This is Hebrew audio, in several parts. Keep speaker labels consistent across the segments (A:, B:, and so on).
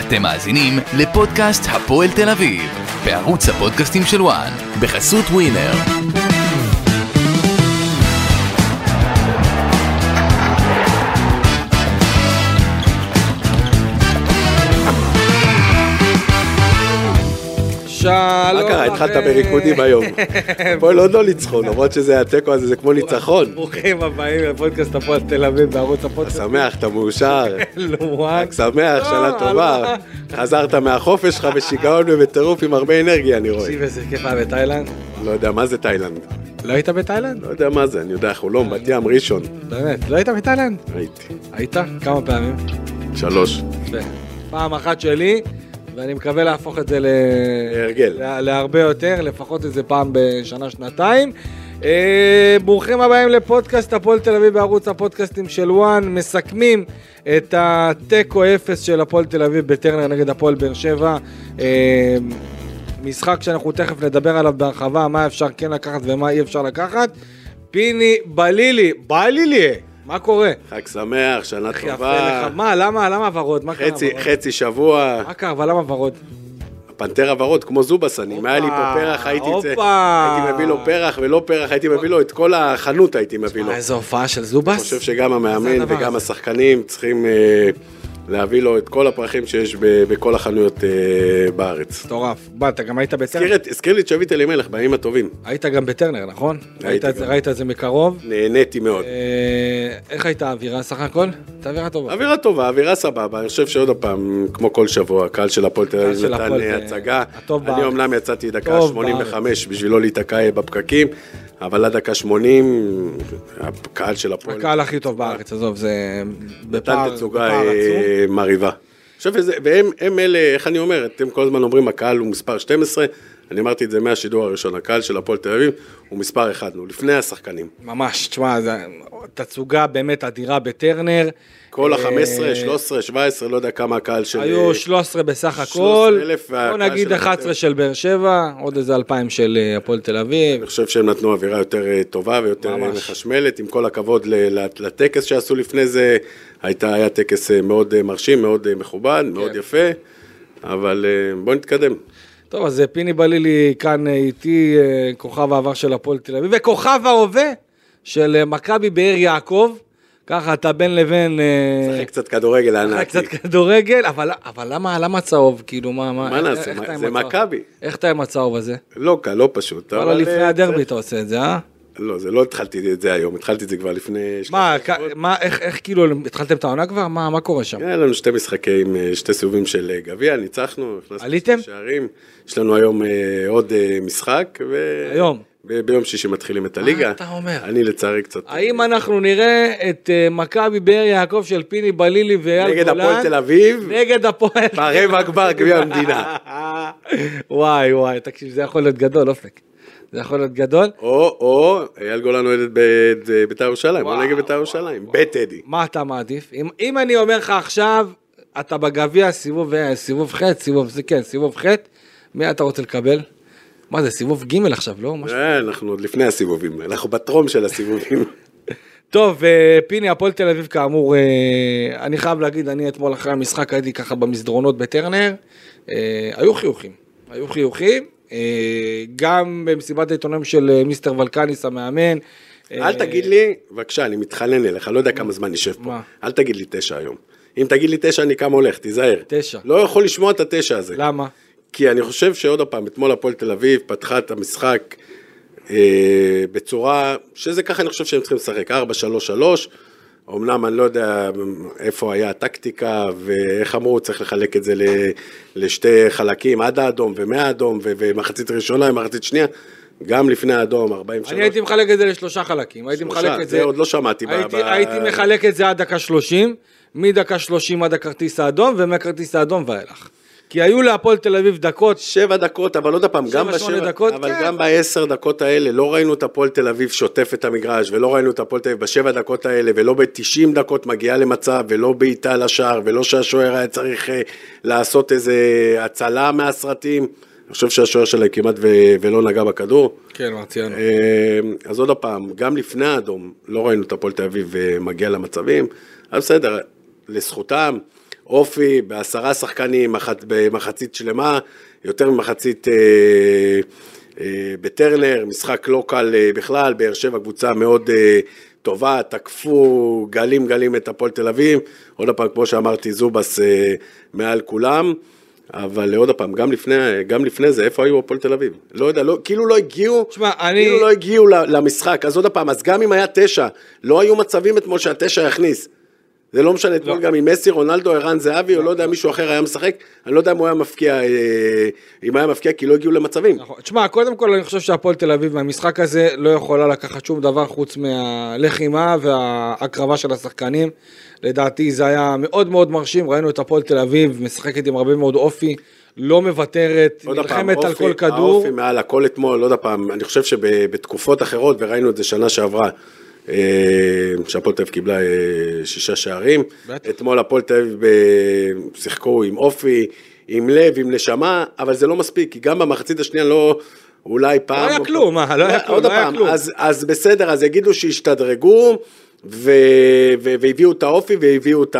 A: אתם מאזינים לפודקאסט הפועל תל אביב, בערוץ הפודקאסטים של וואן, בחסות ווינר.
B: שלום
C: מה קרה? התחלת
B: לכם.
C: בריקודים היום. בואי לא לא ניצחון, למרות שזה התיקו הזה, זה כמו ניצחון.
B: ברוכים הבאים לפודקאסט הפועל תל אביב בערוץ
C: אתה
B: הפודקאסט.
C: שמח, אתה מאושר,
B: לוואן.
C: רק
B: לא,
C: שמח, שנה טובה. חזרת מהחופש שלך בשיגעון ובטירוף עם הרבה אנרגיה, אני רואה.
B: תקשיב איזה כיף היה בתאילנד.
C: לא יודע מה זה תאילנד,
B: לא היית בתאילנד?
C: לא יודע מה זה, אני יודע, חולון,
B: אה.
C: בת ים, ראשון.
B: באמת, לא היית בתאילנד?
C: הייתי.
B: היית? כמה פעמים?
C: שלוש.
B: יפה. פעם אחת שלי, ואני מקווה להפוך את זה ל...
C: להרגל.
B: לה- להרבה יותר, לפחות איזה פעם בשנה, שנתיים. אה, ברוכים הבאים לפודקאסט הפועל תל אביב בערוץ הפודקאסטים של וואן. מסכמים את התיקו אפס של הפועל תל אביב בטרנר נגד הפועל באר שבע. אה, משחק שאנחנו תכף נדבר עליו בהרחבה, מה אפשר כן לקחת ומה אי אפשר לקחת. פיני בלילי, בלילי, מה קורה?
C: חג שמח, שנה
B: יפה
C: טובה.
B: לך, מה, למה, למה ורוד? מה קרה
C: חצי-
B: ורוד?
C: חצי שבוע,
B: מה קרה, אבל למה ורוד?
C: פנתר הוורוד, כמו זובס אני, אם היה לי פה פרח, הייתי
B: הופה.
C: יוצא- הייתי מביא לו פרח ולא פרח, הייתי מביא לו את כל החנות, הייתי מביא לו.
B: מה, איזה הופעה של
C: לא. אני
B: זובס?
C: חושב שגם
B: זה
C: המאמן
B: הדבר
C: וגם
B: הזה.
C: השחקנים צריכים אה, להביא לו את כל הפרחים שיש ב- בכל החנויות אה, בארץ.
B: מטורף. מה, אתה גם היית
C: הזכיר
B: בטרנר?
C: את- הזכיר לי את שביט אלימלך בימים הטובים.
B: היית גם בטרנר, נכון? ראית את זה-
C: גם.
B: ראית את זה מקרוב?
C: נהניתי מאוד.
B: אה, איך הייתה האווירה סך הכל? הייתה אווירה טובה.
C: אווירה טובה, אווירה סבבה, אני חושב שעוד פעם, כמו כל שבוע, הקהל של הפועל תל
B: הקהל
C: אביב
B: של
C: נתן
B: הפועל,
C: אה,
B: אה,
C: הצגה.
B: הטוב
C: אני
B: בארץ.
C: אומנם יצאתי דקה
B: טוב
C: 85 בשביל לא להיתקע אה, בפקקים, אבל עד דקה 80, הקהל של הפועל
B: הקהל הכי טוב בארץ, עזוב, זה בפער
C: נתן
B: בפער
C: תצוגה
B: עצום.
C: אה, מרהיבה. אני חושב שזה- והם הם אלה, איך אני אומר, אתם כל הזמן אומרים, הקהל הוא מספר 12, אני אמרתי את זה מהשידור הראשון, הקהל של הפועל תל אביב הוא מספר 1, הוא לפני השחקנים.
B: ממש, תשמע, זה- תצוגה באמת אדירה בטרנר.
C: כל
B: אה,
C: ה-15, 13, 17, לא יודע כמה הקהל של... אה,
B: היו 13 בסך
C: 13,000
B: הכל, בוא
C: והקהל
B: נגיד
C: של
B: 11 של באר שבע, עוד איזה 2,000 של אה, הפועל תל אביב.
C: אני חושב שהם נתנו אווירה יותר אה, טובה ויותר
B: ממש.
C: ממש. מחשמלת, עם כל הכבוד ל- ל- לטקס שעשו לפני זה, הייתה, היה טקס אה, מאוד אה, מרשים, מאוד אה, מכובד, מאוד יפה, אבל אה, בואו נתקדם.
B: טוב, אז כן. אה, פיני בלילי כאן אה, איתי, אה, כוכב העבר של הפועל תל אביב, וכוכב ההווה של אה, מכבי באר יעקב. ככה אתה בין לבין... אה,
C: נשחק קצת כדורגל
B: משחק
C: ענק.
B: קצת כדורגל, אבל, אבל למה, למה צהוב? כאילו, מה, מה,
C: מה
B: איך-
C: נעשה?
B: איך
C: מה-
B: אתה עם
C: זה
B: הצהוב?
C: מכבי.
B: איך אתה עם הצהוב הזה?
C: לא קל, לא פשוט.
B: וואלה, לפני
C: אה,
B: הדרבי אתה עושה את זה, אה?
C: צריך- לא, זה לא התחלתי את זה היום, התחלתי את זה כבר לפני...
B: מה, כ- מה, איך, איך כאילו, התחלתם את העונה כבר? מה, מה קורה שם?
C: היה לנו שתי משחקים, אה, שתי סיבובים של אה, גביע, ניצחנו, הכנסנו
B: עליתם?
C: שני שערים. יש לנו היום אה, עוד אה, משחק. ו...
B: היום?
C: ב- ביום שישי מתחילים את הליגה.
B: אתה אומר?
C: אני לצערי קצת...
B: האם אנחנו נראה את אה, מכבי באר יעקב של פיני בלילי ואייל גולן?
C: נגד הפועל תל אביב,
B: נגד הפועל.
C: ברבע גמר גביע המדינה.
B: וואי וואי, תקשיב, זה יכול להיות גדול, אופק. זה יכול להיות גדול.
C: או, או, אייל גולן אוהדת ב- את אה, בית"ר ירושלים, או
B: וואו,
C: נגד בית"ר ירושלים, בטדי.
B: מה אתה מעדיף? אם, אם אני אומר לך עכשיו, אתה בגביע, סיבוב, אה, סיבוב ח', סיבוב, זה כן, סיבוב ח', מי אתה רוצה לקבל? מה זה, סיבוב ג' עכשיו, לא? משהו.
C: אה, אנחנו עוד לפני הסיבובים, אנחנו בטרום של הסיבובים.
B: טוב, אה, פיני, הפועל תל אביב, כאמור, אה, אני חייב להגיד, אני אתמול אחרי המשחק הייתי ככה במסדרונות בטרנר, אה, היו חיוכים, היו חיוכים, אה, גם במסיבת העיתונאים של אה, מיסטר ולקניס, המאמן. אה,
C: אל תגיד לי, בבקשה, אני מתחנן אליך, לא יודע כמה זמן נשב פה.
B: מה?
C: אל תגיד לי תשע היום. אם תגיד לי תשע, אני קם הולך, תיזהר.
B: תשע.
C: לא יכול לשמוע את התשע הזה.
B: למה?
C: כי אני חושב שעוד פעם, אתמול הפועל תל אביב פתחה את המשחק אה, בצורה, שזה ככה אני חושב שהם צריכים לשחק, 4-3-3. אמנם אני לא יודע איפה היה הטקטיקה ואיך אמרו, צריך לחלק את זה ל- לשתי חלקים, עד האדום ומהאדום ו- ומחצית ראשונה ומחצית שנייה, גם לפני האדום, 43.
B: אני הייתי מחלק את זה לשלושה חלקים, הייתי
C: שלושה,
B: מחלק את
C: זה
B: זה...
C: עוד לא שמעתי ב-
B: הייתי,
C: ב-
B: הייתי מחלק את זה עד דקה 30, מדקה 30 עד הכרטיס האדום, ומהכרטיס האדום ואילך. כי היו להפועל תל אביב דקות,
C: שבע דקות, אבל עוד פעם, גם
B: שבע, שמונה
C: בשבע,
B: דקות,
C: אבל
B: כן.
C: גם בעשר דקות האלה, לא ראינו את הפועל תל אביב שוטף את המגרש, ולא ראינו את הפועל תל אביב בשבע דקות האלה, ולא בתשעים דקות מגיעה למצב, ולא בעיטה לשער, ולא שהשוער היה צריך אה, לעשות איזה הצלה מהסרטים. אני חושב שהשוער שלהם כמעט ו... ולא נגע בכדור.
B: כן, מרציאנו.
C: אה, אז עוד פעם, גם לפני האדום, לא ראינו את הפועל תל אביב אה, מגיע למצבים, אז בסדר, לזכותם, אופי, בעשרה שחקנים, מחצ- במחצית שלמה, יותר ממחצית אה, אה, בטרנר, משחק לא קל אה, בכלל, באר שבע קבוצה מאוד אה, טובה, תקפו גלים גלים את הפועל תל אביב, עוד פעם, כמו שאמרתי, זובס אה, מעל כולם. אבל עוד פעם, גם לפני, גם לפני זה, איפה היו הפועל תל אביב? לא יודע, לא, כאילו לא הגיעו,
B: תשמע, אני-
C: כאילו לא הגיעו ל- למשחק. אז עוד פעם, אז גם אם היה תשע, לא היו מצבים אתמול שהתשע יכניס. זה לא משנה, אתמול גם עם מסי, רונלדו, ערן זהבי, או לא יודע, מישהו אחר היה משחק, אני לא יודע אם הוא היה מפקיע, אה, אם היה מפקיע, כי לא הגיעו למצבים.
B: נכון. תשמע, קודם כל אני חושב שהפועל תל אביב מהמשחק הזה לא יכולה לקחת שום דבר חוץ מהלחימה וההקרבה של השחקנים. לדעתי זה היה מאוד מאוד מרשים, ראינו את הפועל תל אביב משחקת עם הרבה מאוד אופי, לא מוותרת,
C: עוד פעם,
B: נלחמת על
C: אופי-
B: כל כדור.
C: האופי מעל הכל אתמול, עוד פעם, אני חושב שבתקופות אחרות, וראינו את זה שנה שעברה, אה, שהפועל תל אביב קיבלה אה, שישה שערים.
B: בטח.
C: אתמול הפועל תל אביב אה, שיחקו עם אופי, עם לב, עם נשמה, אבל זה לא מספיק, כי גם במחצית השנייה לא... אולי פעם...
B: היה כלום, מה, לא היה כלום,
C: עוד
B: לא היה
C: פעם,
B: כלום.
C: אז, אז בסדר, אז יגידו שהשתדרגו, ו, ו, והביאו את האופי, והביאו את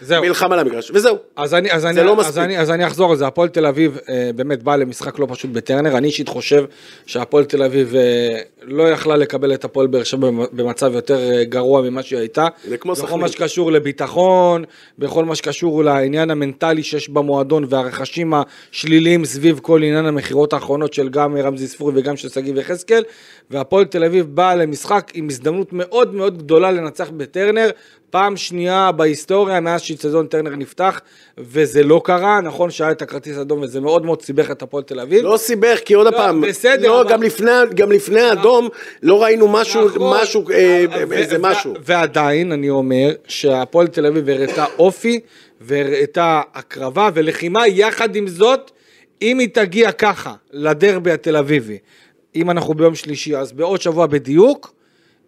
B: זהו.
C: המלחמה למגרש, וזהו.
B: אז אני, אז אני,
C: לא
B: אז
C: מספיק.
B: אני, אז אני אחזור על זה, הפועל תל אביב אה, באמת באה למשחק לא פשוט בטרנר, אני אישית חושב שהפועל תל אביב אה, לא יכלה לקבל את הפועל באר שבע במ- במצב יותר אה, גרוע ממה שהיא הייתה.
C: זה כמו
B: בכל
C: סכנין.
B: מה שקשור לביטחון, בכל מה שקשור לעניין המנטלי שיש במועדון והרכשים השליליים סביב כל עניין המכירות האחרונות של גם רמזי ספורי וגם של שגיב יחזקאל, והפועל תל אביב באה למשחק עם הזדמנות מאוד מאוד גדולה לנצח בטרנר, פעם שנייה בהיסטוריה מאז שאיצטדיון טרנר נפתח, וזה לא קרה, נכון שהיה את הכרטיס האדום וזה מאוד מאוד סיבך את הפועל תל אביב.
C: לא סיבך, כי עוד
B: לא,
C: פעם,
B: בסדר,
C: לא,
B: אבל- אה.
C: גם לפני, גם לפני האדום לא ראינו משהו, משהו, אה,
B: נכון. ו-
C: איזה
B: ו-
C: משהו.
B: ו- ועדיין אני אומר שהפועל תל אביב הראתה אופי והראתה הקרבה ולחימה, יחד עם זאת, אם היא תגיע ככה לדרבי התל אביבי, אם אנחנו ביום שלישי, אז בעוד שבוע בדיוק,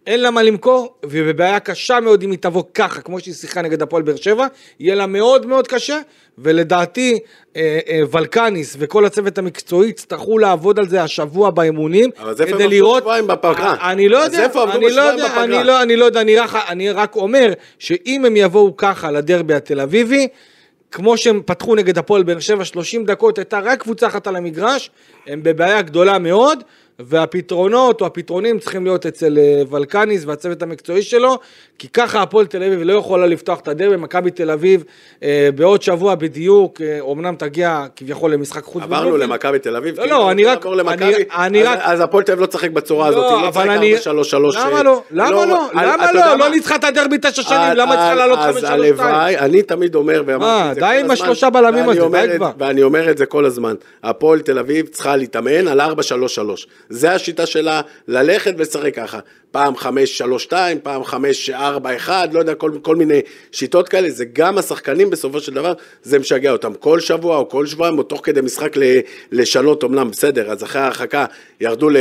B: אין לה מה למכור, והיא בבעיה קשה מאוד אם היא תבוא ככה, כמו שהיא שיחקה נגד הפועל באר שבע, יהיה לה מאוד מאוד קשה, ולדעתי אה, אה, ולקניס וכל הצוות המקצועי יצטרכו לעבוד על זה השבוע באימונים,
C: אבל אז איפה הם
B: כדי
C: עבדו
B: לראות...
C: שבועיים בפגרה?
B: אני לא
C: אז
B: יודע,
C: איפה עבדו
B: אני לא
C: בשבועיים
B: יודע, אני
C: בפגרה?
B: לא, אני לא יודע, אני רק, אני רק אומר שאם הם יבואו ככה לדרבי התל אביבי, כמו שהם פתחו נגד הפועל באר שבע 30 דקות, הייתה רק קבוצה אחת על המגרש, הם בבעיה גדולה מאוד, והפתרונות או הפתרונים צריכים להיות אצל אה, ולקניס והצוות המקצועי שלו, כי ככה הפועל תל אביב לא יכולה לפתוח את הדרבי, מכבי תל אביב אה, בעוד שבוע בדיוק, אה, אומנם תגיע כביכול למשחק חוץ.
C: עברנו
B: בבלומפילד.
C: למכבי תל אביב,
B: לא,
C: כי
B: לא,
C: אם
B: אני
C: רוצים
B: רק-
C: לעבור למכבי,
B: אני- אני
C: אז-
B: רק-
C: אז הפועל תל אביב לא תשחק בצורה הזאת, היא לא תשחק 4-3-3.
B: למה
C: אה,
B: לא? למה לא?
C: על-
B: למה
C: אתה יודע
B: לא?
C: מה?
B: לא ניצחה את הדרבי תשע שנים,
C: אז-
B: למה צריכה
C: אז-
B: לעלות
C: אז
B: חמש שלוש שתיים?
C: הלוואי, אני תמיד אומר, ואמרתי
B: מה,
C: את זה
B: די
C: כל
B: עם
C: הזמן,
B: השלושה בלמים
C: ואני
B: הזה, די
C: אומר את-
B: כבר.
C: ואני אומר את זה כל הזמן, הפועל תל אביב צריכה להתאמן על 4-3-3. זה השיטה שלה, ללכת ולשחק ככה. פעם 5-3-2, פעם 5-4-1, לא יודע, כל, כל מיני שיטות כאלה. זה גם השחקנים בסופו של דבר, זה משגע אותם כל שבוע או כל שבועיים, או תוך כדי משחק ל, לשנות, אמנם בסדר, אז אחרי ההרחקה ירדו ל,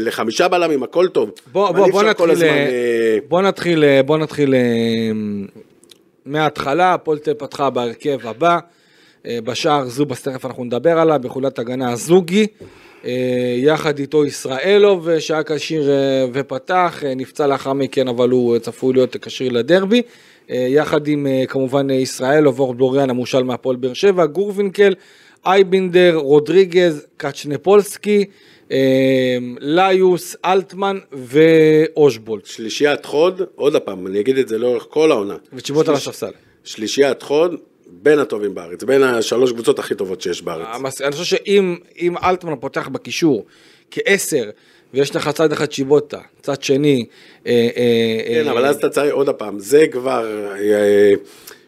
C: לחמישה בלמים, הכל טוב.
B: בוא,
C: אבל
B: בוא,
C: אי
B: בוא
C: אפשר כל
B: נתחיל,
C: הזמן,
B: אה,
C: אה,
B: בוא נתחיל, אה, בוא נתחיל אה, מההתחלה, הפועל תל אביב פתחה בהרכב הבא, אה, בשער זובס, תכף אנחנו נדבר עליו, בחולת הגנה הזוגי, אה, יחד איתו ישראלוב, אה, שהיה כשיר אה, ופתח, אה, נפצע לאחר מכן, אבל הוא אה, צפוי להיות כשיר לדרבי, אה, יחד עם אה, כמובן אה, ישראלוב, אור בלוריאן, המושל מהפועל באר שבע, גורבינקל, אייבינדר, רודריגז, קצ'נפולסקי, אה, ליוס, אלטמן ואושבולט.
C: שלישיית חוד, עוד פעם, אני אגיד את זה לאורך כל העונה.
B: ותשיבות על הספסל.
C: שלישיית חוד, בין הטובים בארץ, בין השלוש קבוצות הכי טובות שיש בארץ.
B: המס- אני חושב שאם אם אלטמן פותח בקישור כעשר, ויש לך צד אחד שיבוטה, צד שני... אה, אה,
C: כן,
B: אה,
C: אבל אז אתה צריך, עוד פעם, זה כבר, אה,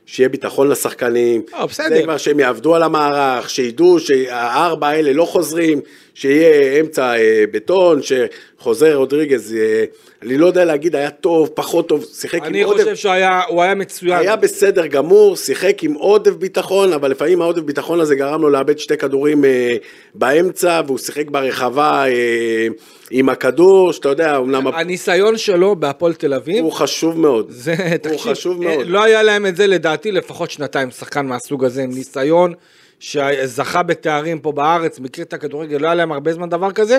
C: שיהיה ביטחון לשחקנים.
B: אה, בסדר.
C: זה כבר שהם יעבדו על המערך, שידעו שהארבע האלה לא חוזרים, שיהיה אמצע אה, בטון, שחוזר רודריגז, אה, אני לא יודע להגיד, היה טוב, פחות טוב, שיחק עם
B: אני
C: עודף.
B: חושב שהוא היה מצוין.
C: היה בסדר גמור, שיחק עם עודף ביטחון, אבל לפעמים העודף ביטחון הזה גרם לו לאבד שתי כדורים אה, באמצע, והוא שיחק ברחבה אה, עם הכדור, שאתה יודע, אמנם הפ-
B: הניסיון שלו בהפועל תל אביב...
C: הוא חשוב מאוד.
B: זה,
C: הוא חשוב
B: אה,
C: מאוד.
B: לא היה להם את זה לדעתי לפחות שנתיים, שחקן מהסוג הזה עם ניסיון שזכה בתארים פה בארץ, מכיר את הכדורגל, לא היה להם הרבה זמן דבר כזה,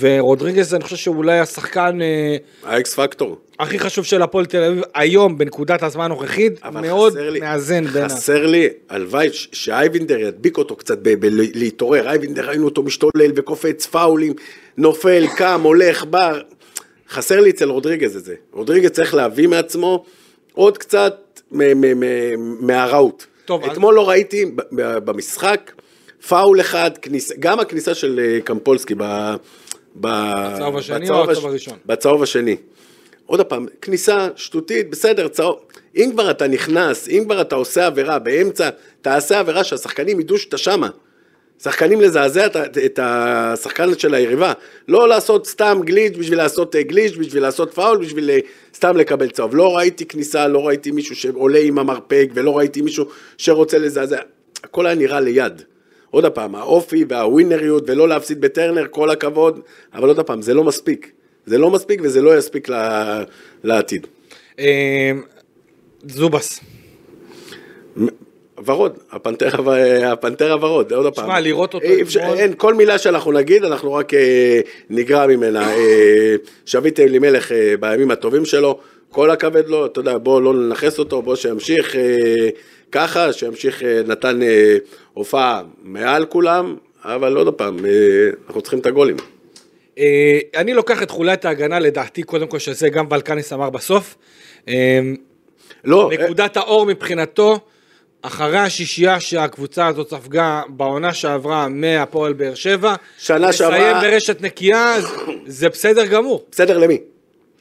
B: ורודריגז, אני חושב שהוא אולי השחקן אה,
C: האקס פקטור.
B: הכי חשוב של הפועל תל אביב היום, בנקודת הזמן הנוכחית,
C: אבל
B: מאוד
C: חסר לי,
B: מאזן בין ה...
C: חסר לי, הלוואי ש- שאייבינדר ידביק אותו קצת בלהתעורר, אייבינדר ראינו אותו משתולל וקופץ פאולים, נופל, קם, הולך, בא, חסר לי אצל רודריגז את זה, רודריגז צריך להביא מעצמו עוד קצת מ- מ- מ- מהראות.
B: טוב, אז-
C: אתמול לא ראיתי ב- ב- במשחק פאול אחד, כניס- גם הכניסה של אה, קמפולסקי ב- ב-
B: בצהוב השני
C: בצהוב
B: או
C: הש-
B: הצהוב הראשון?
C: בצהוב השני. עוד פעם, כניסה שטותית, בסדר, צהוב. אם כבר אתה נכנס, אם כבר אתה עושה עבירה באמצע, תעשה עבירה שהשחקנים ידעו שאתה שמה. שחקנים לזעזע את, ה- את השחקן של היריבה. לא לעשות סתם גליץ' בשביל לעשות אה, גליץ', בשביל לעשות פאול, בשביל אה, סתם לקבל צהוב. לא ראיתי כניסה, לא ראיתי מישהו שעולה עם המרפק, ולא ראיתי מישהו שרוצה לזעזע. הכל היה נראה ליד. עוד פעם, האופי והווינריות ולא להפסיד בטרנר, כל הכבוד, אבל עוד פעם, זה לא מספיק. זה לא מספיק וזה לא יספיק ל- לעתיד.
B: אה, זובס.
C: ורוד, הפנתר, הו- הפנתר הוורוד, עוד פעם.
B: לראות אותו
C: אי אפשר,
B: אתמול-
C: אין, כל מילה שאנחנו נגיד, אנחנו רק אה, נגרע ממנה. אה, שביט אלימלך אה, בימים הטובים שלו, כל הכבד לו, אתה יודע, בוא לא ננכס אותו, בוא שימשיך אה, ככה, שימשיך, אה, נתן אה, הופעה מעל כולם, אבל עוד פעם, אה, אנחנו צריכים את הגולים.
B: אה, אני לוקח את חוליית ההגנה, לדעתי, קודם כל, שזה גם ולקניס אמר בסוף. אה,
C: לא, אה,
B: נקודת האור מבחינתו, אחרי השישייה שהקבוצה הזאת ספגה בעונה שעברה מהפועל באר שבע,
C: שנה
B: לסיים
C: שעברה-
B: ברשת נקייה, זה- זה בסדר גמור.
C: בסדר למי?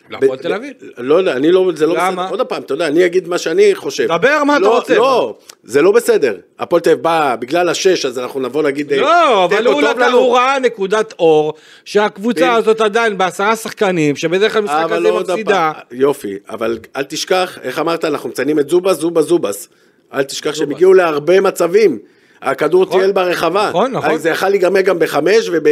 B: להפועל
C: ב-
B: תל אביב.
C: ב- לא יודע, אני לא, זה לא
B: למה?
C: בסדר. עוד פעם, אתה יודע, אני אגיד מה שאני חושב.
B: דבר מה אתה
C: לא,
B: רוצה.
C: לא, זה לא בסדר. הפועל תל אביב בא בגלל השש, אז אנחנו נבוא נגיד... אה,
B: לא, אבל
C: תיקו
B: הוא
C: טוב
B: נתן-
C: לנו.
B: הוא ראה נקודת אור, שהקבוצה
C: כן.
B: הזאת עדיין בעשרה שחקנים, שבדרך כלל משחק
C: אבל
B: הזה
C: עוד
B: מפסידה.
C: הפעם, יופי, אבל אל תשכח, איך אמרת, אנחנו מציינים את זובס, זובס, זובס. אל תשכח שהם הגיעו להרבה מצבים. הכדור
B: נכון.
C: טייל ברחבה.
B: נכון, נכון.
C: אז זה יכול להיגמר גם בחמש וב,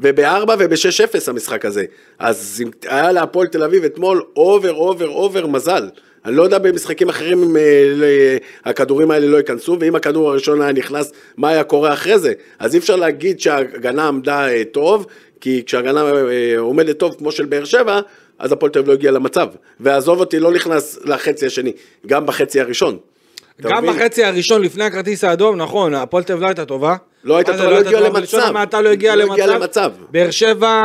C: ובארבע ובשש-אפס המשחק הזה. אז אם היה להפועל תל אביב אתמול אובר, אובר, אובר מזל. אני לא יודע במשחקים אחרים אם אה, ל- הכדורים האלה לא ייכנסו, ואם הכדור הראשון היה נכנס, מה היה קורה אחרי זה. אז אי אפשר להגיד שההגנה עמדה אה, טוב, כי כשההגנה אה, עומדת טוב כמו של באר שבע, אז הפועל תל אביב לא הגיע למצב. ועזוב אותי, לא נכנס לחצי השני, גם בחצי הראשון. אתה
B: גם
C: מבין?
B: בחצי הראשון לפני הכרטיס האדום, נכון, הפועל תל אביב לא הייתה טובה.
C: לא הייתה
B: מה זה
C: טובה, לא הגיעה
B: טובה?
C: למצב.
B: בלשון המעטה לא הגיעה
C: לא הגיעה
B: למצב.
C: למצב.
B: באר שבע,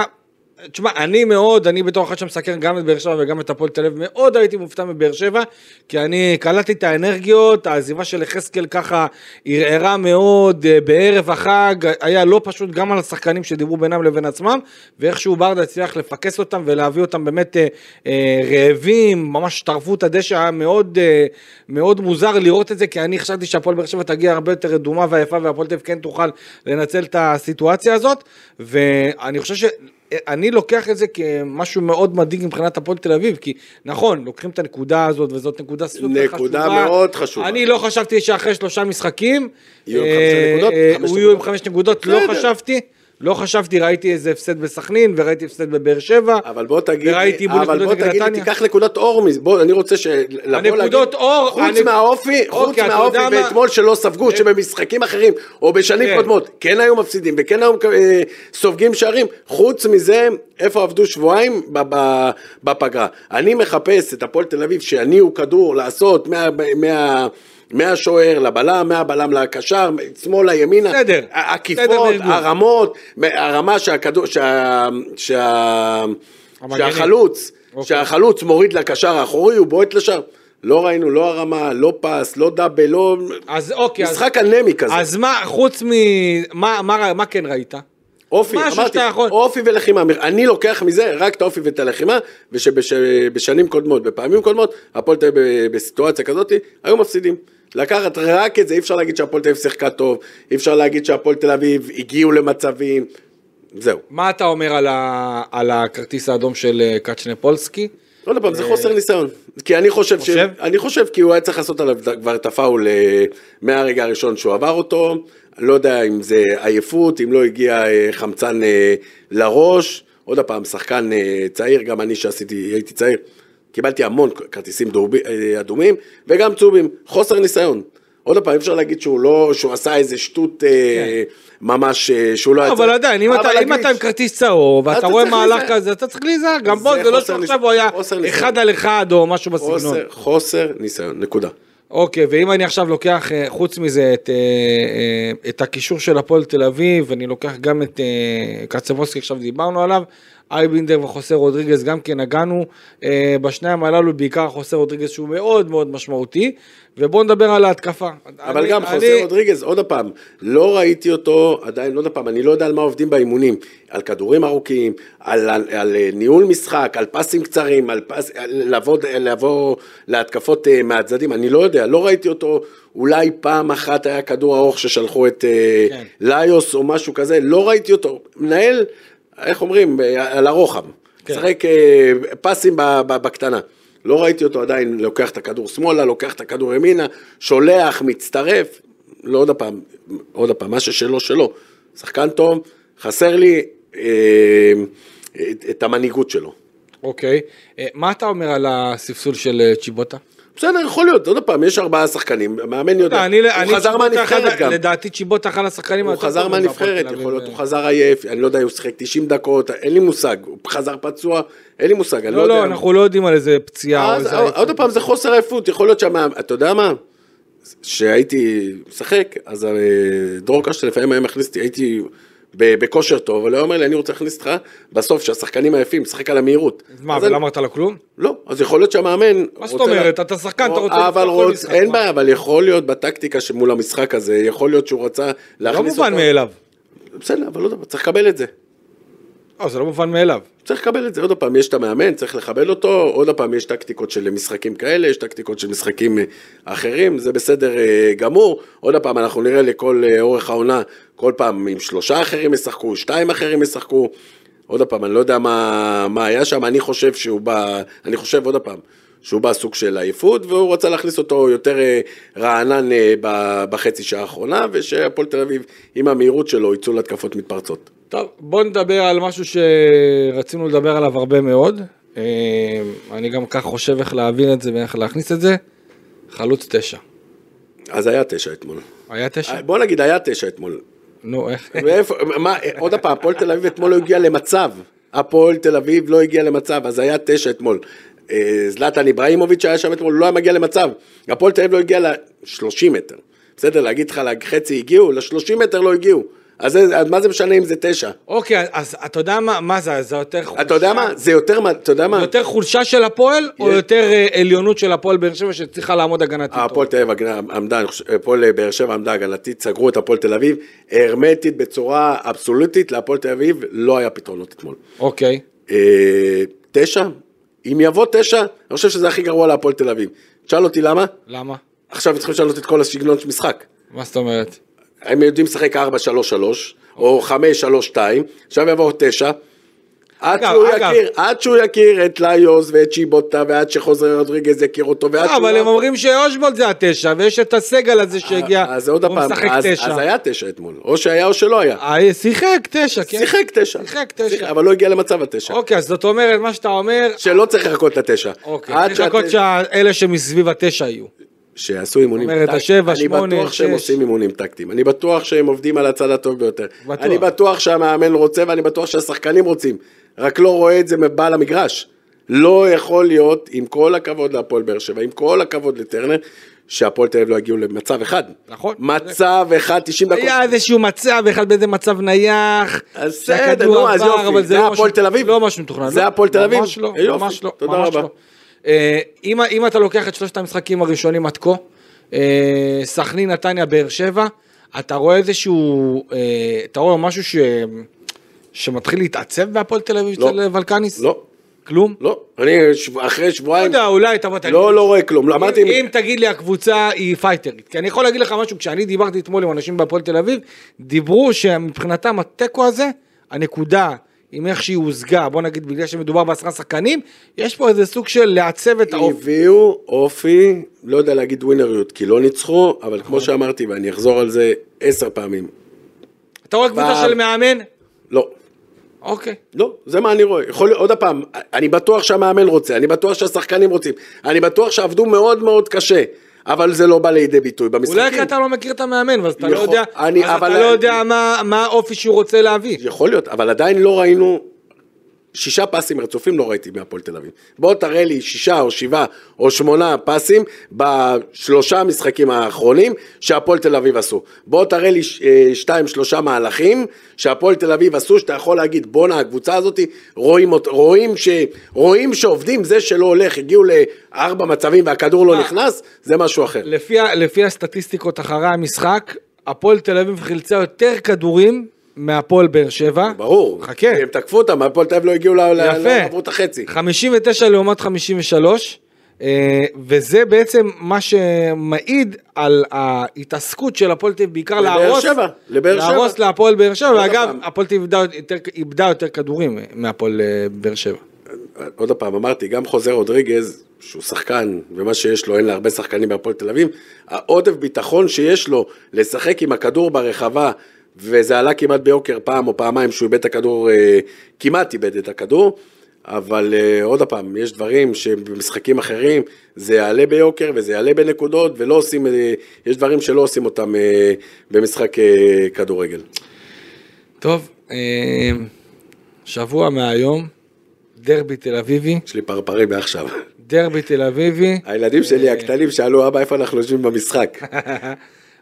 B: תשמע, אני מאוד, אני בתור אחד שמסקר גם את באר שבע וגם את הפועל תל אביב, מאוד הייתי מופתע מבאר שבע, כי אני קלטתי את האנרגיות, העזיבה של יחזקאל ככה ערערה מאוד אה, בערב החג, היה לא פשוט גם על השחקנים שדיברו בינם לבין עצמם, ואיכשהו ברדה הצליח לפקס אותם ולהביא אותם באמת אה, אה, רעבים, ממש טרפו את הדשא, היה מאוד, אה, מאוד מוזר לראות את זה, כי אני חשבתי שהפועל באר שבע תגיע הרבה יותר רדומה ועייפה, והפועל תל אביב כן תוכל לנצל את הסיטואציה הזאת, ואני חושב ש... אני לוקח את זה כמשהו מאוד מדאיג מבחינת הפועל תל אביב, כי נכון, לוקחים את הנקודה הזאת, וזאת נקודה סופר
C: נקודה
B: חשובה.
C: מאוד חשובה.
B: אני לא חשבתי שאחרי שלושה משחקים,
C: יהיו עם
B: אה,
C: חמש נקודות,
B: אה,
C: חמש
B: הוא יהיו עם
C: נקודות.
B: חמש נקודות, לא
C: בסדר.
B: חשבתי, לא חשבתי, ראיתי איזה הפסד בסכנין, וראיתי הפסד בבאר שבע.
C: אבל בוא תגיד
B: וראיתי
C: לי,
B: בול
C: אבל בוא
B: נקודות נגד
C: תגיד לי,
B: נתניה.
C: תיקח נקודת אור מזה, בוא, אני רוצה ש... לבוא
B: הנקודות
C: להגיד,
B: אור,
C: חוץ
B: הנק-
C: מהאופי, חוץ
B: אוקיי, אתה
C: מהאופי,
B: יודע מה? אה.
C: ואתמול שלא ספגו, שבמשחקים אחרים, או בשנים
B: כן.
C: קודמות, כן היו מפסידים, וכן היו אה, סופגים שערים, חוץ מזה, איפה עבדו שבועיים? ב- ב- בפגרה. אני מחפש את הפועל תל אביב, שיניעו כדור, לעשות מה... מה מהשוער לבלם, מהבלם לקשר, שמאלה, ימינה,
B: בסדר.
C: ה-
B: בסדר
C: עקיפות,
B: בארגון.
C: הרמות, הרמה שהכדור, שה... שה...
B: המגנים.
C: שהחלוץ,
B: אוקיי.
C: שהחלוץ מוריד לקשר האחורי, הוא בועט לשם. לא ראינו, לא הרמה, לא פס, לא דאבל, לא...
B: אז אוקיי, אז-
C: משחק אנמי כזה.
B: אז מה, חוץ מ... מה- מה מה כן ראית?
C: אופי,
B: משהו
C: אמרתי,
B: שאתה יכול-
C: אופי ולחימה. אני לוקח מזה רק את האופי ואת הלחימה, ושבשנים קודמות, בפעמים קודמות, הפועל תל אביב בסיטואציה כזאת, היו מפסידים. לקחת רק את זה, אי אפשר להגיד שהפועל תל אביב שיחקה טוב, אי אפשר להגיד שהפועל תל אביב הגיעו למצבים, זהו.
B: מה אתה אומר על ה- על הכרטיס האדום של אה, קצ'נפולסקי?
C: עוד פעם, זה חוסר ניסיון. כי אני חושב ש...
B: אה, חושב?
C: אני חושב כי הוא היה צריך לעשות עליו ד- כבר את הפאול אה, מהרגע הראשון שהוא עבר אותו. לא יודע אם זה עייפות, אם לא הגיע אה, חמצן אה, לראש. עוד פעם, שחקן אה, צעיר, גם אני שעשיתי, הייתי צעיר, קיבלתי המון כרטיסים דורבי- אה, אדומים, וגם צהובים. חוסר ניסיון. עוד פעם, אי אפשר להגיד שהוא לא, שהוא עשה איזה שטות אה, ממש, אה, שהוא לא היה
B: כן. אבל עדיין, אם אתה- אם
C: להגיד-
B: אתה עם כרטיס צהוב, ואתה
C: אתה
B: רואה
C: צריך
B: מהלך
C: להיזהר.
B: כזה, אתה צריך להיזהר, גם
C: זה
B: בו, זה לא
C: חוסר
B: שעכשיו
C: ניס-
B: הוא היה
C: חוסר ניסיון.
B: אחד על אחד או משהו בסגנון.
C: חוסר, חוסר ניסיון, נקודה.
B: אוקיי, ואם אני עכשיו לוקח, אה, חוץ מזה, את, אה, אה, את הקישור של הפועל תל אביב, אני לוקח גם את אה, קצבוסקי, עכשיו דיברנו עליו, אייבינדר וחוסה רודריגז, גם כן נגענו אה, בשניים הללו, בעיקר חוסה רודריגז שהוא מאוד מאוד משמעותי, ובואו נדבר על ההתקפה.
C: אבל
B: אני-
C: גם
B: אני-
C: חוסר רודריגז, עוד פעם, לא ראיתי אותו עדיין, עוד פעם, אני לא יודע על מה עובדים באימונים, על כדורים ארוכים, על, על, על אה, ניהול משחק, על פסים קצרים, על פס, על לבוא, לבוא להתקפות אה, מהצדדים, אני לא יודע, לא ראיתי אותו, אולי פעם אחת היה כדור ארוך ששלחו את אה,
B: כן.
C: ליוס או משהו כזה, לא ראיתי אותו, מנהל, איך אומרים, אה, על הרוחב,
B: כן.
C: משחק אה, פסים ב- ב- בקטנה. לא ראיתי אותו עדיין לוקח את הכדור שמאלה, לוקח את הכדור ימינה, שולח, מצטרף. לא עוד הפעם, עוד הפעם, מה ששלו שלו. שחקן טוב, חסר לי אה, את, את המנהיגות שלו.
B: אוקיי, אה, מה אתה אומר על הספסול של אה, צ'יבוטה?
C: בסדר, יכול להיות, עוד פעם, יש ארבעה שחקנים, המאמן יודע.
B: לא אני-
C: הוא
B: אני
C: חזר
B: צ'יבוטה אחד-
C: מהנבחרת גם.
B: לדעתי צ'יבוטה אחד השחקנים
C: הוא
B: היותר
C: חזר
B: טובים בהפועל
C: מהנבחרת,
B: תל אביב,
C: יכול להיות,
B: אה.
C: הוא חזר עייף, אני לא יודע, הוא שיחק 90 דקות, אין לי מושג, הוא חזר פצוע, אין לי מושג, אני לא
B: לא, לא,
C: יודע.
B: אנחנו לא יודעים על איזה פציעה או
C: אז
B: איזה...
C: עוד פעם זה חוסר עייפות, יכול להיות שהמאמן, אתה יודע מה? כשהייתי משחק, אז אה, דרור קשטה לפעמים היה מכניס אותי, הייתי ב- בכושר טוב, אבל הוא היה אומר לי, אני רוצה להכניס אותך בסוף, שהשחקנים עייפים, משחק על המהירות.
B: אז מה,
C: אז אני-
B: ולא אמרת לו כלום?
C: לא, אז יכול להיות שהמאמן...
B: מה זאת
C: רוצה
B: אומרת?
C: לה-
B: אתה שחקן, אתה רוצה
C: אבל
B: לפתוח כל
C: רוצ...
B: משחק,
C: אין
B: מה?
C: בעיה, אבל יכול להיות בטקטיקה שמול המשחק הזה, יכול להיות שהוא רצה
B: לא
C: להכניס
B: מובן מאליו.
C: בסדר, אבל לא יודע, צריך לקבל את זה.
B: לא, זה לא מובן מאליו.
C: צריך לקבל את זה, עוד פעם, יש את המאמן, צריך לכבד אותו, עוד פעם, יש טקטיקות של משחקים כאלה, יש טקטיקות של משחקים אה, אחרים, זה בסדר אה, גמור. עוד פעם, אנחנו נראה לכל אה, אורך העונה, כל פעם אם שלושה אחרים ישחקו, שתיים אחרים ישחקו. עוד פעם, אני לא יודע מה, מה היה שם, אני חושב שהוא בא, אני חושב עוד פעם, שהוא בא סוג של עייפות, והוא רצה להכניס אותו יותר אה, רענן אה, ב- בחצי שעה האחרונה, ושהפועל תל אביב, עם המהירות שלו, יצאו להתקפות מתפרצות.
B: טוב, בוא נדבר על משהו שרצינו לדבר עליו הרבה מאוד. אה, אני גם כך חושב איך להבין את זה ואיך להכניס את זה. חלוץ תשע.
C: אז היה תשע אתמול.
B: היה תשע?
C: בוא נגיד, היה תשע אתמול.
B: נו, איך?
C: ואיפה, מה, עוד פעם, הפועל תל אביב אתמול לא הגיע למצב. הפועל תל אביב לא הגיע למצב, אז היה תשע אתמול. אה, זלאטן איבראימוביץ' היה שם אתמול, לא היה מגיע למצב. הפועל תל אביב לא הגיע ל-30 מטר. בסדר, להגיד לך, לחצי הגיעו, ל-30 מטר לא הגיעו. אז זה- אז מה זה משנה אם זה תשע?
B: אוקיי, אז אתה יודע מה, מה זה, זה יותר חולשה?
C: אתה יודע מה? זה יותר מה, אתה יודע
B: זה
C: מה?
B: יותר חולשה של הפועל, או
C: יש-
B: יותר אה, עליונות של הפועל באר שבע שצריכה לעמוד הגנתית? טוב?
C: הפועל תל אביב הגנה- עמדה, אני חושב- הפועל באר שבע עמדה הגנתית, סגרו את הפועל תל אביב, הרמטית בצורה אבסולוטית, להפועל תל אביב לא היה פתרונות אתמול.
B: אוקיי.
C: אה, תשע? אם יבוא תשע, אני חושב שזה הכי גרוע להפועל תל אביב. תשאל אותי למה?
B: למה?
C: עכשיו צריכים לשנות את כל הסגנון של משחק.
B: מה זאת אומרת?
C: הם יודעים לשחק 4-3-3, או 5-3-2, עכשיו יבואו תשע. עד
B: אגב,
C: שהוא,
B: אגב.
C: יכיר, עד שהוא יכיר את ליוס ואת שיבוטה ועד שחוזר רודריגז יכיר אותו ועד
B: לא,
C: שהוא...
B: אבל הם אומרים שאושבולד זה התשע, ויש את הסגל הזה שהגיע,
C: אה, אז עוד
B: הוא
C: פעם,
B: משחק
C: אז, אז
B: תשע.
C: היה תשע אתמול, או שהיה או שלא היה.
B: אה, שיחק תשע, כן.
C: שיחק תשע.
B: שיחק תשע.
C: אבל לא הגיע למצב התשע.
B: אוקיי, אז זאת אומרת, מה שאתה אומר,
C: שלא צריך לחכות לתשע.
B: אוקיי,
C: עד
B: צריך לחכות
C: שהתשע-
B: שאלה שמסביב התשע יהיו.
C: שיעשו אימונים
B: אומרת, השבע, שמונה,
C: אני בטוח שהם
B: שש.
C: עושים אימונים טקטיים. אני בטוח שהם עובדים על הצד הטוב ביותר.
B: בטוח.
C: אני בטוח שהמאמן רוצה ואני בטוח שהשחקנים רוצים. רק לא רואה את זה מבעל המגרש. לא יכול להיות, עם כל הכבוד להפועל באר שבע, עם כל הכבוד לטרנר, שהפועל תל אביב לא יגיעו למצב אחד.
B: נכון.
C: מצב אחד, 90 דקות.
B: היה איזשהו מצב, אחד באיזה מצב נייח,
C: נכון. אז
B: שהכדור
C: בסדר, נו, אז
B: עבר,
C: יופי.
B: אבל
C: זה
B: לא
C: הפועל
B: משהו-
C: תל אביב?
B: לא משהו מתוכנן.
C: זה
B: לא,
C: הפועל תל אביב?
B: ממש לא,
C: יופי,
B: ממש לא,
C: תודה
B: ממש
C: רבה.
B: לא. אה, אם אם אתה לוקח את שלושת המשחקים הראשונים עד כה, אה, סכנין, נתניה, באר שבע, אתה רואה איזשהו, אה, אתה רואה משהו ש- שמתחיל להתעצב בהפועל תל אביב
C: לא.
B: אצל ולקניס?
C: לא,
B: כלום?
C: לא. אני שב- אחרי
B: לא
C: שבועיים...
B: יודע, אולי אתה...
C: לא, לא רואה כלום. לא, אמרתי...
B: אם, אם תגיד לי הקבוצה היא פייטרית, כי אני יכול להגיד לך משהו, כשאני דיברתי אתמול עם אנשים בהפועל תל אביב, דיברו שמבחינתם התיקו הזה, הנקודה עם איך שהיא הושגה, בוא נגיד בגלל שמדובר בעשרה שחקנים, יש פה איזה סוג של לעצב את האופי.
C: הביאו אופי, לא יודע להגיד ווינריות, כי לא ניצחו, אבל
B: נכון.
C: כמו שאמרתי, ואני אחזור על זה עשר פעמים,
B: אתה רואה קבוצה
C: ב-
B: של מאמן?
C: לא.
B: אוקיי.
C: לא, זה מה אני רואה. יכול להיות, עוד פעם, אני בטוח שהמאמן רוצה, אני בטוח שהשחקנים רוצים, אני בטוח שעבדו מאוד מאוד קשה, אבל זה לא בא לידי ביטוי במשחקים.
B: אולי כי אתה לא מכיר את המאמן, ואז אתה לא
C: יכול-
B: יודע-
C: אני-
B: אז אתה
C: אבל-
B: לא יודע מה- מה האופי שהוא רוצה להביא.
C: יכול להיות, אבל עדיין לא ראינו, שישה פסים רצופים לא ראיתי מהפועל תל אביב. בוא תראה לי שישה או שבעה או שמונה פסים בשלושה המשחקים האחרונים שהפועל תל אביב עשו. בוא תראה לי ש- אה, שתיים שלושה מהלכים שהפועל תל אביב עשו, שאתה יכול להגיד בואנה הקבוצה הזאת, רואים, אות- רואים, ש, רואים שעובדים, זה שלא הולך, הגיעו לארבע מצבים והכדור לא
B: אה.
C: נכנס, זה משהו אחר.
B: לפי, ה- לפי הסטטיסטיקות אחרי המשחק, הפועל תל אביב חילצה יותר כדורים מהפועל באר שבע.
C: ברור,
B: חכה.
C: כי הם תקפו אותם, הפועל תל אביב לא הגיעו, ל- ל- לא
B: יפה.
C: עברו את החצי.
B: 59 לעומת 53, אה, וזה בעצם מה שמעיד על ההתעסקות של הפועל תל אביב, בעיקר
C: לבאר
B: להרוס,
C: שבע, לבאר שבע.
B: להרוס להפועל באר שבע, ואגב,
C: פעם.
B: הפועל תל אביב איבדה יותר- איבדה יותר כדורים אה, מהפועל אה, באר שבע.
C: עוד פעם, אמרתי, גם חוזר רודריגז, שהוא שחקן, ומה שיש לו, אין להרבה שחקנים בהפועל תל אביב, העודף ביטחון שיש לו לשחק עם הכדור ברחבה, וזה עלה כמעט ביוקר פעם או פעמיים שהוא איבד את הכדור, אה, כמעט איבד את הכדור, אבל אה, עוד פעם, יש דברים שבמשחקים אחרים זה יעלה ביוקר וזה יעלה בנקודות, ולא עושים, אה, יש דברים שלא עושים אותם אה, במשחק אה, כדורגל.
B: טוב, אה, שבוע מהיום, דרבי תל אביבי,
C: יש לי פרפרים מעכשיו.
B: דרבי תל אביבי.
C: הילדים שלי הקטנים שאלו, אבא, איפה אנחנו יושבים במשחק?
B: אה?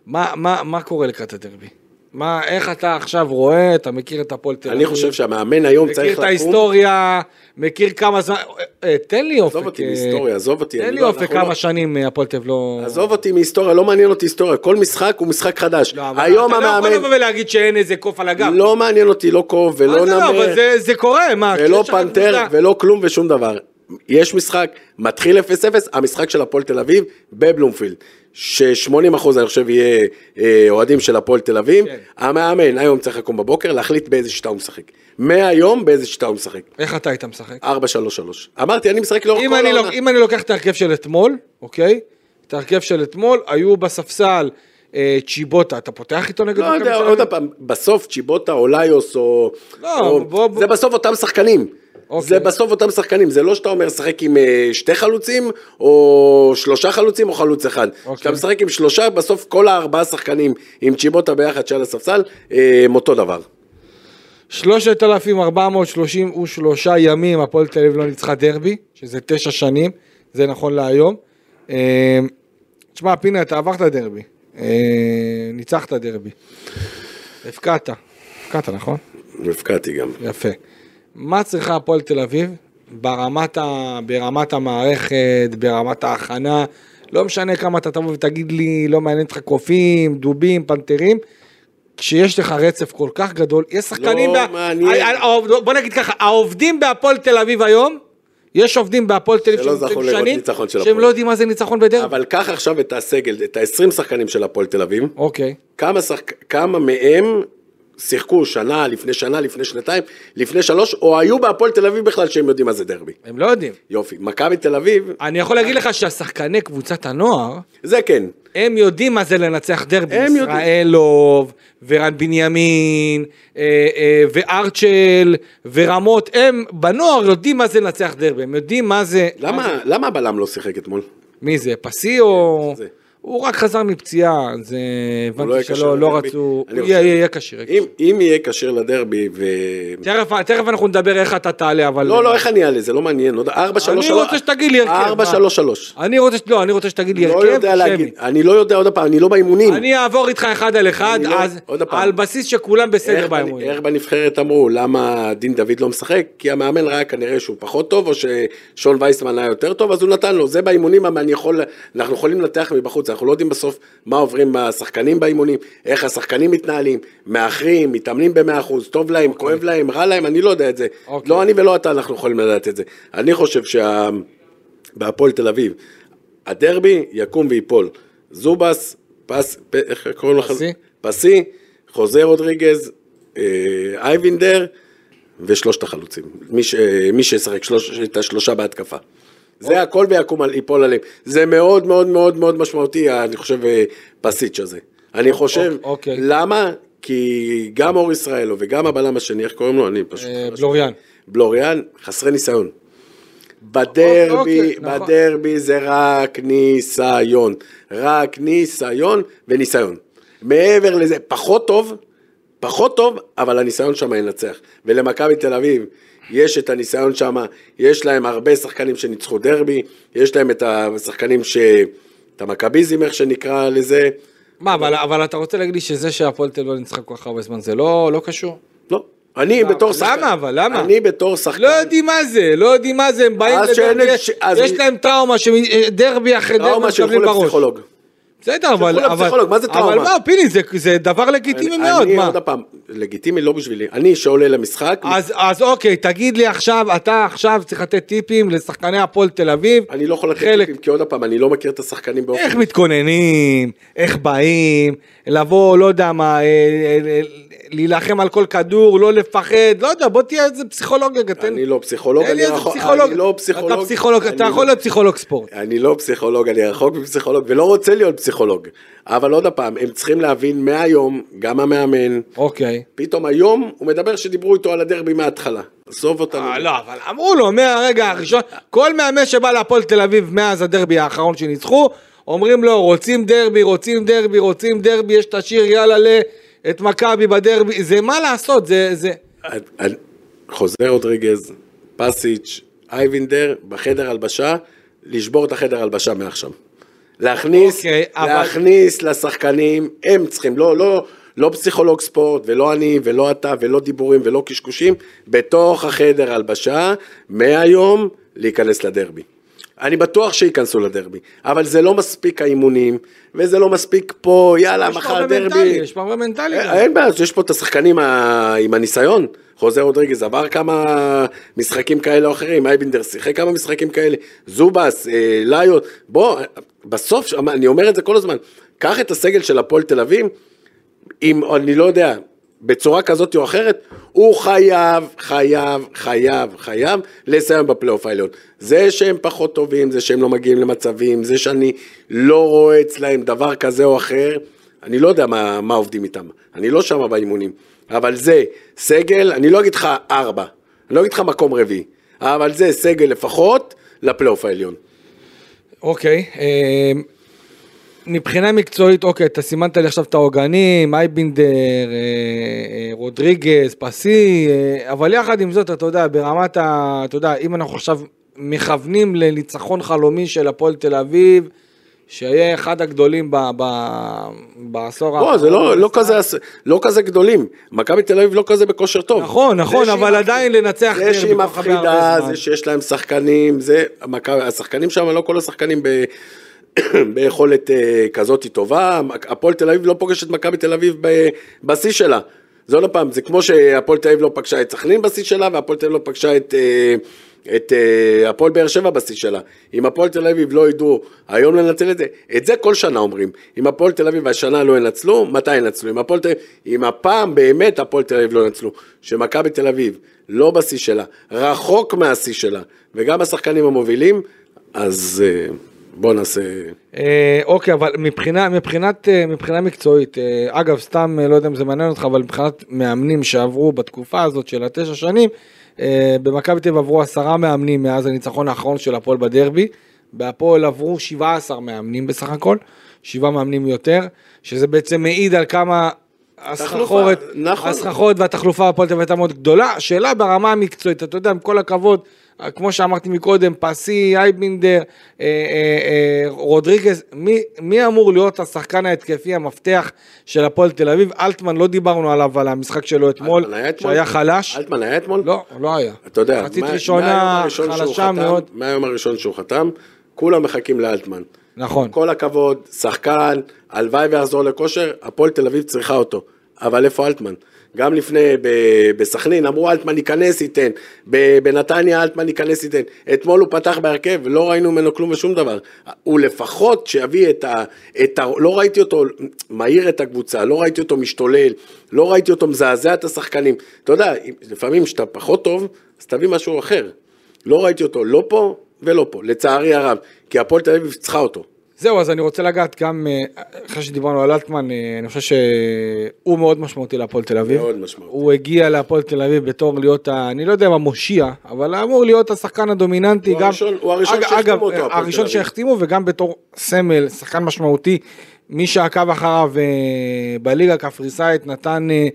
B: מה, מה, מה קורה לקראת הדרבי? מה, איך אתה עכשיו רואה, אתה מכיר את הפועל תל אביב?
C: אני חושב שהמאמן היום
B: מכיר
C: צריך
B: את
C: לקום,
B: ההיסטוריה, מכיר כמה זמן, אה, אה, תן לי אופק.
C: עזוב אותי
B: אה,
C: מהיסטוריה, עזוב אותי,
B: תן
C: אני
B: לי
C: לא-
B: אופק
C: אנחנו
B: כמה
C: לא-
B: שנים אה, הפועל תל אביב לא...
C: עזוב אותי מהיסטוריה, לא מעניין אותי היסטוריה, כל משחק הוא משחק חדש.
B: לא, אבל
C: היום
B: אתה לא יכול
C: המאמן,
B: לבוא ולהגיד שאין איזה קוף על הגב.
C: לא מעניין אותי לא קוב
B: מה
C: ולא
B: זה לא, אבל
C: נמר,
B: זה- זה קורה, מה?
C: ולא
B: כשיש לך
C: פנתר
B: קבוצה-
C: ולא כלום ושום דבר. יש משחק, מתחיל 0-0, המשחק של הפועל תל אביב בבלומפילד. ש-80% אני חושב יהיה אה, אוהדים של הפועל תל אביב.
B: כן.
C: המאמן היום צריך לקום בבוקר, להחליט באיזה שיטה הוא משחק. מהיום באיזה שיטה הוא משחק.
B: איך אתה היית משחק?
C: 4-3-3. אמרתי, אני משחק לאורך
B: אם
C: אה, כל
B: אני,
C: העונה.
B: לוק, אם אני לוקח את ההרכב של אתמול, אוקיי? את ההרכב של אתמול, היו בספסל אה, צ'יבוטה, אתה פותח איתו נגד
C: לא יודע,
B: תל
C: עוד
B: אביב?
C: פעם, בסוף צ'יבוטה או ליוס או...
B: לא,
C: או-
B: בוא- בוא-
C: זה בסוף אותם שחקנים.
B: אוקיי.
C: זה בסוף אותם שחקנים, זה לא שאתה אומר שחק עם אה, שתי חלוצים, או שלושה חלוצים, או חלוץ אחד.
B: אוקיי.
C: כשאתה משחק עם שלושה, בסוף כל הארבעה שחקנים עם צ'יבוטה ביחד שעל הספסל, אה, הם אותו דבר.
B: 3,433 ימים הפועל תל אביב לא ניצחה דרבי, שזה תשע שנים, זה נכון להיום. אה, תשמע, פינה, אתה עברת דרבי. אה, ניצחת דרבי. הפקעת. הפקעת, נכון?
C: הפקעתי גם.
B: יפה. מה צריכה הפועל תל אביב ברמת, ה... ברמת המערכת, ברמת ההכנה, לא משנה כמה אתה תבוא ותגיד לי, לא מעניין אותך קופים, דובים, פנתרים, כשיש לך רצף כל כך גדול, יש שחקנים,
C: לא מעניין.
B: ה- ה- העובד- בוא נגיד ככה, העובדים בהפועל תל אביב היום, יש עובדים בהפועל תל אביב
C: שלא
B: שנמצאים
C: זכו לראות
B: שנים,
C: ניצחון של
B: שהם
C: הפועל.
B: לא יודעים מה זה ניצחון בדרבי.
C: אבל קח עכשיו את הסגל, את ה-20 שחקנים של הפועל תל אביב,
B: אוקיי,
C: כמה, שחק... כמה מהם שיחקו שנה, לפני שנה, לפני שנתיים, לפני שלוש, או היו בהפועל תל אביב בכלל שהם יודעים מה זה דרבי.
B: הם לא יודעים.
C: יופי, מכבי תל אביב,
B: אני יכול להגיד לך שהשחקני קבוצת הנוער,
C: זה כן.
B: הם יודעים מה זה לנצח דרבי.
C: הם יודעים.
B: ישראלוב, ורן בנימין, אה, אה, וארצ'ל, ורמות, הם בנוער יודעים מה זה לנצח דרבי, הם יודעים מה זה... מה זה-
C: למה, למה הבלם לא שיחק אתמול?
B: מי זה, פסי או...
C: זה.
B: הוא רק חזר מפציעה, זה...
C: לא
B: הבנתי
C: יהיה כשיר
B: שלא, לא
C: לדרבי.
B: רצו... הוא
C: אני
B: יהיה
C: חושב-
B: יהיה כשיר. יהיה
C: אם,
B: כשיר.
C: אם יהיה כשר לדרבי ו...
B: תכף- תכף אנחנו נדבר איך אתה תעלה, אבל...
C: לא, לא, איך אני אעלה? זה לא מעניין. עוד 4 3
B: אני רוצה שתגיד לי הרכב, מה?
C: 4 3 3.
B: אני רוצה... ש- לא, אני רוצה שתגיד לי
C: לא
B: הרכב
C: יודע
B: שמי.
C: להגיד. אני לא יודע, עוד פעם, אני לא באימונים.
B: אני אעבור איתך אחד על אחד,
C: אני לא-
B: אז
C: עוד פעם.
B: על בסיס שכולם בסדר
C: איך בנ-
B: באימונים.
C: איך בנבחרת אמרו, למה דין דוד לא משחק? כי המאמן ראה כנראה שהוא פחות טוב, או ששון וייסמן היה יותר טוב, אז הוא נתן לו. זה באימונים, אבל אני יכול, אנחנו יכולים לנתח מבחוץ, אנחנו לא יודעים בסוף מה עוברים השחקנים באימונים, איך השחקנים מתנהלים, מאחרים, מתאמנים במאה אחוז, טוב להם, כואב להם, רע להם, אני לא יודע את זה.
B: אוקיי.
C: לא אני ולא אתה, אנחנו יכולים לדעת את זה. אני חושב שה... בהפועל תל אביב, הדרבי יקום ויפול. זובס, פס, פ, איך קוראים לך?
B: פסי.
C: פסי, חוזה רודריגז, אה, אייבינדר ושלושת החלוצים. מי, ש, אה, מי שישחק שלוש, את השלושה בהתקפה. זה הכל ויקום על, ייפול עליהם. זה מאוד מאוד מאוד מאוד משמעותי, ה- אני חושב, אה, פסיץ' הזה. אני חושב,
B: אוקיי.
C: למה? כי גם אור ישראלו וגם הבלם השני, איך קוראים לו? אני פשוט...
B: אה, בלוריאן.
C: בלוריאן, חסרי ניסיון. בדרבי,
B: אוקיי, נכון.
C: בדרבי זה רק ניסיון. רק ניסיון וניסיון. מעבר לזה, פחות טוב, פחות טוב, אבל הניסיון שם ינצח. ולמכבי תל אביב יש את הניסיון שם, יש להם הרבה שחקנים שניצחו דרבי, יש להם את השחקנים ש... את המכביזם, איך שנקרא לזה.
B: מה, אבל, אבל אתה רוצה להגיד לי שזה שהפועל תל אביב ניצחה כל כך הרבה זמן, זה לא, לא קשור?
C: לא. אני
B: למה?
C: בתור שחקן...
B: למה אבל? למה?
C: אני בתור שחקן...
B: לא יודעים מה זה, לא יודעים מה זה, הם באים
C: אז שאין
B: לדרבי,
C: להם ש- אז-
B: יש להם טראומה, שדרבי אחרי דרבי
C: טראומה לא, שילכו
B: מקבלים בראש.
C: לפסיכולוג.
B: בסדר, אבל...
C: שילכו
B: אבל-
C: לפסיכולוג, מה זה
B: אבל
C: טראומה?
B: מה, פיני, זה- זה דבר לגיטימי
C: אני-
B: מאוד,
C: אני לא
B: מה?
C: עוד פעם, לגיטימי לא בשבילי. אני שעולה למשחק,
B: אז, אז אוקיי, תגיד לי עכשיו, אתה עכשיו צריך לתת טיפים לשחקני הפועל תל אביב.
C: אני לא יכול לתת
B: חלק-
C: טיפים, כי עוד פעם, אני לא מכיר את השחקנים באופן...
B: איך מתכוננים, איך באים, לבוא, לא יודע מה, אה, אה, אה, להילחם על כל כדור, לא לפחד, לא יודע, בוא תהיה איזה פסיכולוג רגע, תן
C: אני לא פסיכולוג,
B: תן לי
C: אני
B: איזה
C: רחוק-
B: פסיכולוג.
C: אני לא פסיכולוג.
B: אתה פסיכולוג,
C: אני
B: אתה
C: לא-
B: יכול להיות פסיכולוג ספורט.
C: אני לא פסיכולוג, אני רחוק מפסיכולוג, ולא רוצה להיות פסיכולוג. אבל עוד פעם, הם צריכים להבין מהיום, גם המאמן,
B: אוקיי.
C: פתאום היום הוא מדבר שדיברו איתו על הדרבי מההתחלה. עזוב אותנו.
B: אה, לא, אבל אמרו לו מהרגע הראשון, כל מאמן שבא להפועל תל אביב מאז הדרבי האחרון שניצחו, אומרים לו רוצים דרבי, רוצים דרבי, רוצים דרבי, יש את השיר יאללה ל... את מכבי בדרבי, זה מה לעשות, זה... זה...
C: אני- חוזר רודריגז, פסיץ', אייבינדר, בחדר הלבשה, לשבור את החדר הלבשה מעכשיו. להכניס,
B: אוקיי, אבל-
C: להכניס לשחקנים, הם צריכים, לא, לא, לא פסיכולוג ספורט, ולא אני, ולא אתה, ולא דיבורים, ולא קשקושים, בתוך החדר הלבשה, מהיום, להיכנס לדרבי. אני בטוח שייכנסו לדרבי, אבל זה לא מספיק האימונים, וזה לא מספיק פה, יאללה,
B: יש פה
C: מחר
B: הרבה
C: דרבי.
B: מנטלי, יש פה הרבה מנטלי. גם.
C: אה, אין בעיה, אז יש פה את השחקנים ה- עם הניסיון. חוזה רודריגז עבר כמה משחקים כאלה או אחרים, אייבינדר שיחק כמה משחקים כאלה, זובס, אה, ליוט, בוא, בסוף, ש- אני אומר את זה כל הזמן, קח את הסגל של הפועל תל אביב, אם, אני לא יודע, בצורה כזאת או אחרת, הוא חייב, חייב, חייב, חייב לסיים בפלייאוף העליון. זה שהם פחות טובים, זה שהם לא מגיעים למצבים, זה שאני לא רואה אצלהם דבר כזה או אחר, אני לא יודע מה, מה עובדים איתם, אני לא שם באימונים, אבל זה סגל, אני לא אגיד לך ארבע, אני לא אגיד לך מקום רביעי, אבל זה סגל לפחות לפלייאוף העליון.
B: אוקיי, אה, מבחינה מקצועית, אוקיי, אתה סימנת לי עכשיו את העוגנים, אייבינדר, אה, אה, רודריגז, פסי, אה, אבל יחד עם זאת, אתה יודע, ברמת ה... אתה יודע, אם אנחנו עכשיו מכוונים לניצחון חלומי של הפועל תל אביב, שיהיה אחד הגדולים ב, ב, בעשור
C: בוא, זה לא, לא, כזה, לא כזה גדולים, מכבי תל אביב לא כזה בכושר טוב.
B: נכון, נכון,
C: זה שהיא
B: אבל עדיין לנצח
C: זה שהיא
B: כל כך הרבה הרבה
C: מפחידה,
B: זמן.
C: זה שיש להם שחקנים, זה, המכבי- השחקנים שם, לא כל השחקנים ב... ביכולת אה, כזאת טובה, הפועל תל אביב לא פוגשת מכבי תל אביב ב- בשיא שלה. זה עוד פעם, זה כמו שהפועל תל אביב לא פגשה את סכנין בשיא שלה, והפועל תל אביב לא פגשה את, אה, את אה, הפועל באר שבע בשיא שלה. אם הפועל תל אביב לא ידעו היום לנצל את זה, את זה כל שנה אומרים. אם הפועל תל אביב השנה לא ינצלו, מתי ינצלו? אם הפועל תל אביב, אם הפעם באמת הפועל תל אביב לא ינצלו, שמכבי תל אביב לא בשיא שלה, רחוק מהשיא שלה, וגם השחקנים המובילים, אז אה, בוא נעשה...
B: אה, אוקיי, אבל מבחינה, מבחינת, אה, מבחינה מקצועית, אה, אגב, סתם אה, לא יודע אם זה מעניין אותך, אבל מבחינת מאמנים שעברו בתקופה הזאת של התשע שנים, אה, במכבי תל אביב עברו עשרה מאמנים מאז הניצחון האחרון של הפועל בדרבי, בהפועל עברו 17 מאמנים בסך הכל, שבעה מאמנים יותר, שזה בעצם מעיד על כמה הסחרחורת,
C: נכון.
B: הסחרחורת והתחלופה בהפועל תל אביב הייתה מאוד גדולה. שאלה ברמה המקצועית, אתה יודע, עם כל הכבוד, כמו שאמרתי מקודם, פסי, אייבינדר, אה, אה, אה, רודריגז, מי, מי אמור להיות השחקן ההתקפי המפתח של הפועל תל אביב? אלטמן, לא דיברנו עליו, על המשחק שלו אתמול,
C: אלטמן היה אתמול?
B: שהיה חלש.
C: אלטמן היה אתמול?
B: לא, לא היה.
C: אתה יודע,
B: מחצית
C: מה- מהיום
B: ראשונה,
C: הראשון שהוא
B: חלשה
C: חתם-
B: מאוד.
C: מהיום הראשון שהוא חתם, כולם מחכים לאלטמן.
B: נכון.
C: כל הכבוד, שחקן, הלוואי ויחזור לכושר, הפועל תל אביב צריכה אותו. אבל איפה אלטמן? גם לפני, ב- בסכנין, אמרו אלטמן ייכנס, ייתן. ב- בנתניה אלטמן ייכנס, ייתן. אתמול הוא פתח בהרכב, לא ראינו ממנו כלום ושום דבר. הוא לפחות שיביא את ה... את ה... לא ראיתי אותו מעיר את הקבוצה, לא ראיתי אותו משתולל, לא ראיתי אותו מזעזע את השחקנים. אתה יודע, לפעמים כשאתה פחות טוב, אז תביא משהו אחר. לא ראיתי אותו לא פה ולא פה, לצערי הרב, כי הפועל תל אביב צריכה אותו.
B: זהו, אז אני רוצה לגעת גם, אה, אחרי שדיברנו על אלטמן, אה, אני חושב שהוא מאוד משמעותי להפועל תל אביב.
C: מאוד משמעותי.
B: הוא הגיע להפועל תל אביב בתור להיות, ה, אני לא יודע אם המושיע, אבל אמור להיות השחקן הדומיננטי
C: הוא
B: גם.
C: הראשון- הוא הראשון
B: אג-
C: שהחתימו אותו,
B: אגב,
C: הפועל תל
B: הראשון
C: אביב.
B: שהחתימו וגם בתור סמל, שחקן משמעותי. מי שעקב אחריו אה, בליגה הקפריסאית נתן אה,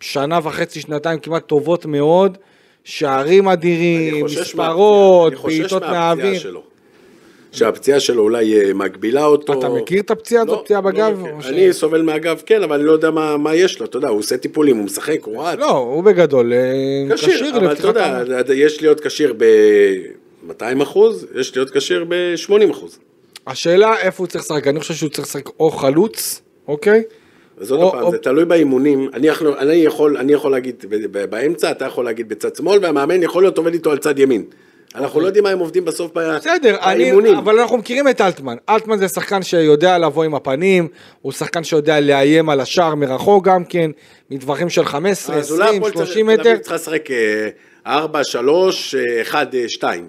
B: שנה וחצי, שנתיים כמעט טובות מאוד. שערים אדירים, מספרות, בעיטות
C: מהפציעה
B: מהאוויר.
C: שלו. שהפציעה שלו אולי אה, מגבילה אותו.
B: אתה מכיר את הפציעה הזאת,
C: לא,
B: פציעה
C: לא
B: בגב?
C: מכיר.
B: או ש-
C: אני סובל מהגב, כן, אבל אני לא יודע מה מה יש לו, אתה יודע, הוא עושה טיפולים, הוא משחק, הוא רץ.
B: לא, הוא בגדול אה,
C: כשיר, אבל אתה
B: לפתיחת
C: יודע,
B: העונה.
C: יש להיות כשיר ב-200 אחוז, יש להיות כשיר ב-80 אחוז.
B: השאלה איפה הוא צריך לשחק, אני חושב שהוא צריך לשחק או חלוץ, אוקיי?
C: אז עוד
B: או-
C: פעם,
B: או-
C: זה תלוי באימונים. אני יכול- אני יכול אני יכול להגיד ב- ב- באמצע, אתה יכול להגיד בצד שמאל, והמאמן יכול להיות עובד איתו על צד ימין. אנחנו לא יודעים מה הם עובדים בסוף ב-
B: אוקיי. בסדר, אני,
C: באימונים.
B: אבל אנחנו מכירים את אלטמן. אלטמן זה שחקן שיודע לבוא עם הפנים, הוא שחקן שיודע לאיים על השער מרחוק גם כן, מטווחים של 15,
C: אז אולי
B: 20,
C: הפועל צריך-
B: 30
C: תל אביב
B: מטר.
C: צריכה לשחק אה, 4, 3, 1, 2.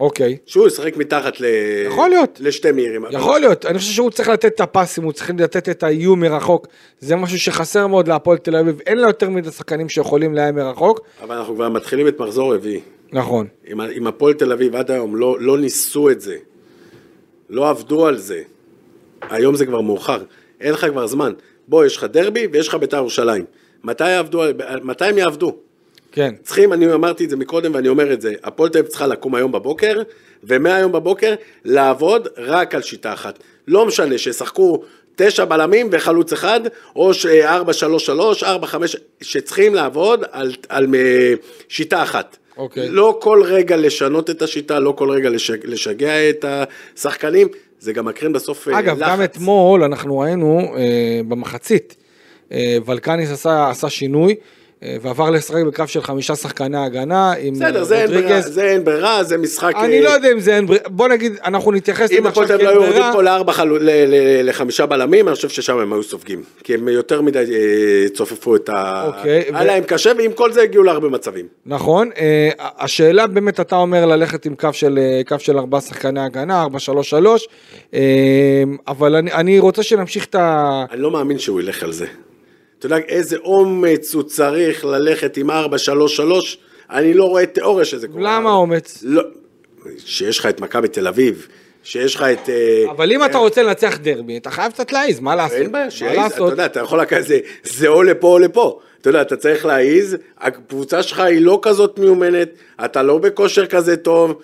B: אוקיי.
C: אה, שהוא ישחק מתחת ל...
B: יכול להיות.
C: לשתי מהירים.
B: יכול להיות, אני חושב שהוא צריך לתת את הפסים, הוא צריך לתת את האיום מרחוק, זה משהו שחסר מאוד להפועל תל אביב, אין לה יותר מדי שחקנים שיכולים לאיים מרחוק,
C: אבל אנחנו כבר מתחילים את מחזור רביעי.
B: נכון.
C: עם, ה- עם הפועל תל אביב עד היום לא, לא ניסו את זה, לא עבדו על זה. היום זה כבר מאוחר, אין לך כבר זמן. בוא, יש לך דרבי ויש לך בית"ר ירושלים. מתי, יעבדו, על- על- מתי הם יעבדו?
B: כן.
C: צריכים, אני אמרתי את זה מקודם ואני אומר את זה, הפועל תל אביב צריכה לקום היום בבוקר, ומהיום בבוקר לעבוד רק על שיטה אחת. לא משנה שישחקו תשע בלמים וחלוץ אחד, או ש- ארבע, שלוש, שלוש, ארבע, חמש, שצריכים לעבוד על, על אה, שיטה אחת.
B: אוקיי.
C: לא כל רגע לשנות את השיטה, לא כל רגע לש, לשגע את השחקנים, זה גם מקרין בסוף אה,
B: אגב,
C: לחץ.
B: גם אתמול אנחנו ראינו אה, במחצית, אה, ולקניס עשה, עשה שינוי אה, ועבר לשחק בקרב של חמישה שחקני הגנה עם
C: בסדר,
B: אה,
C: זה אין, ברירה,
B: רודריגז.
C: זה אין ברירה, זה משחק...
B: אני
C: אה,
B: לא יודע אם זה אין ברירה, בוא נגיד, אנחנו נתייחס
C: אם
B: לזה
C: הפועל תל
B: עכשיו
C: אביב לא היו יורדים
B: כברירה.
C: פה לארבע חלו- ל- ל- לחמישה בלמים, אני חושב ששם הם היו סופגים. כי הם יותר מדי אה, צופפו את ה...
B: אוקיי, ו-
C: היה להם קשה, ועם כל זה הגיעו להרבה מצבים.
B: נכון, אה, השאלה באמת אתה אומר ללכת עם קו של, אה, קו של ארבעה שחקני הגנה, 433, אה, אבל אני, אני רוצה שנמשיך את ה...
C: אני לא מאמין שהוא ילך על זה. אתה יודע איזה אומץ הוא צריך ללכת עם ארבע, שלוש, שלוש? אני לא רואה תיאוריה שזה קורה.
B: למה אומץ?
C: לא... שיש לך את מכבי תל אביב, שיש לך את... אה,
B: אבל אם אתה רוצה לנצח דרבי, אתה חייב קצת להעיז, מה לעשות?
C: אין בעיה,
B: מה
C: שיעיז, אתה
B: לעשות?
C: יודע, אתה יכול לקחת, זה, זה או לפה או לפה. אתה יודע, אתה צריך להעיז, הקבוצה שלך היא לא כזאת מיומנת, אתה לא בכושר כזה טוב,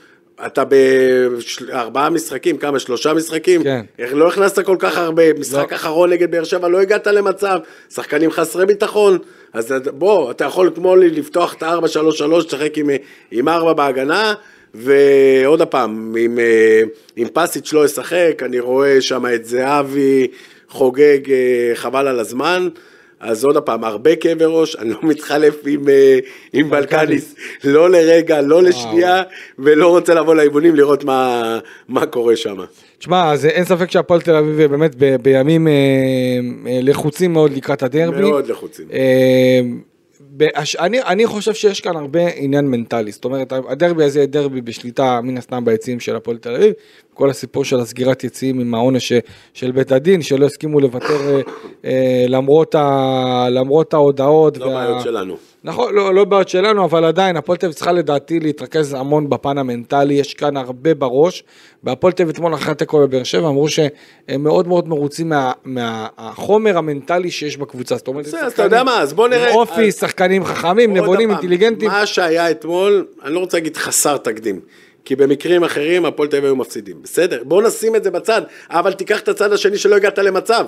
C: אתה בארבעה משחקים, כמה, שלושה משחקים?
B: כן.
C: איך- לא הכנסת כל כך הרבה, משחק
B: לא.
C: אחרון נגד באר שבע, לא הגעת למצב, שחקנים חסרי ביטחון. אז אתה- בוא, אתה יכול כמו לי לפתוח את ה-4-3-3, לשחק עם, אה, עם 4 בהגנה, ועוד פעם, אם, אה, אם פסיץ' לא ישחק, אני רואה שם את זהבי חוגג אה, חבל על הזמן. אז עוד פעם, הרבה כאבי ראש, אני לא מתחלף עם, אה, עם בלקניס, לא לרגע, לא לשנייה, ולא רוצה לבוא לאימונים לראות מה, מה קורה שם.
B: תשמע, אז אין ספק שהפועל תל אביב אה, באמת ב- בימים אה, אה, לחוצים מאוד לקראת הדרבי.
C: מאוד לחוצים.
B: אה, באש- אני, אני חושב שיש כאן הרבה עניין מנטלי, זאת אומרת הדרבי הזה יהיה דרבי בשליטה מן הסתם ביציעים של הפועל תל אביב, כל הסיפור של הסגירת יציעים עם העונש ש- של בית הדין, שלא הסכימו לוותר אה, אה, למרות, ה, למרות ההודעות.
C: לא בעיות שלנו.
B: נכון, לא, לא בעיות שלנו, אבל עדיין, הפועל תל אביב צריכה לדעתי להתרכז המון בפן המנטלי, יש כאן הרבה בראש. והפועל תל אביב אתמול אחרי התיקו בבאר שבע אמרו שהם מאוד מאוד מרוצים מהחומר מה, מהחומר המנטלי שיש בקבוצה. זאת אומרת,
C: בסדר, אז אתה יודע מה, אז בוא נראה.
B: עם אופי,
C: אז-
B: שחקנים חכמים,
C: עוד
B: נבונים,
C: פעם,
B: אינטליגנטים.
C: מה שהיה אתמול, אני לא רוצה להגיד חסר תקדים. כי במקרים אחרים הפועל תל אביב היו מפסידים. בסדר, בוא נשים את זה בצד, אבל תיקח את הצד השני שלא הגעת למצב.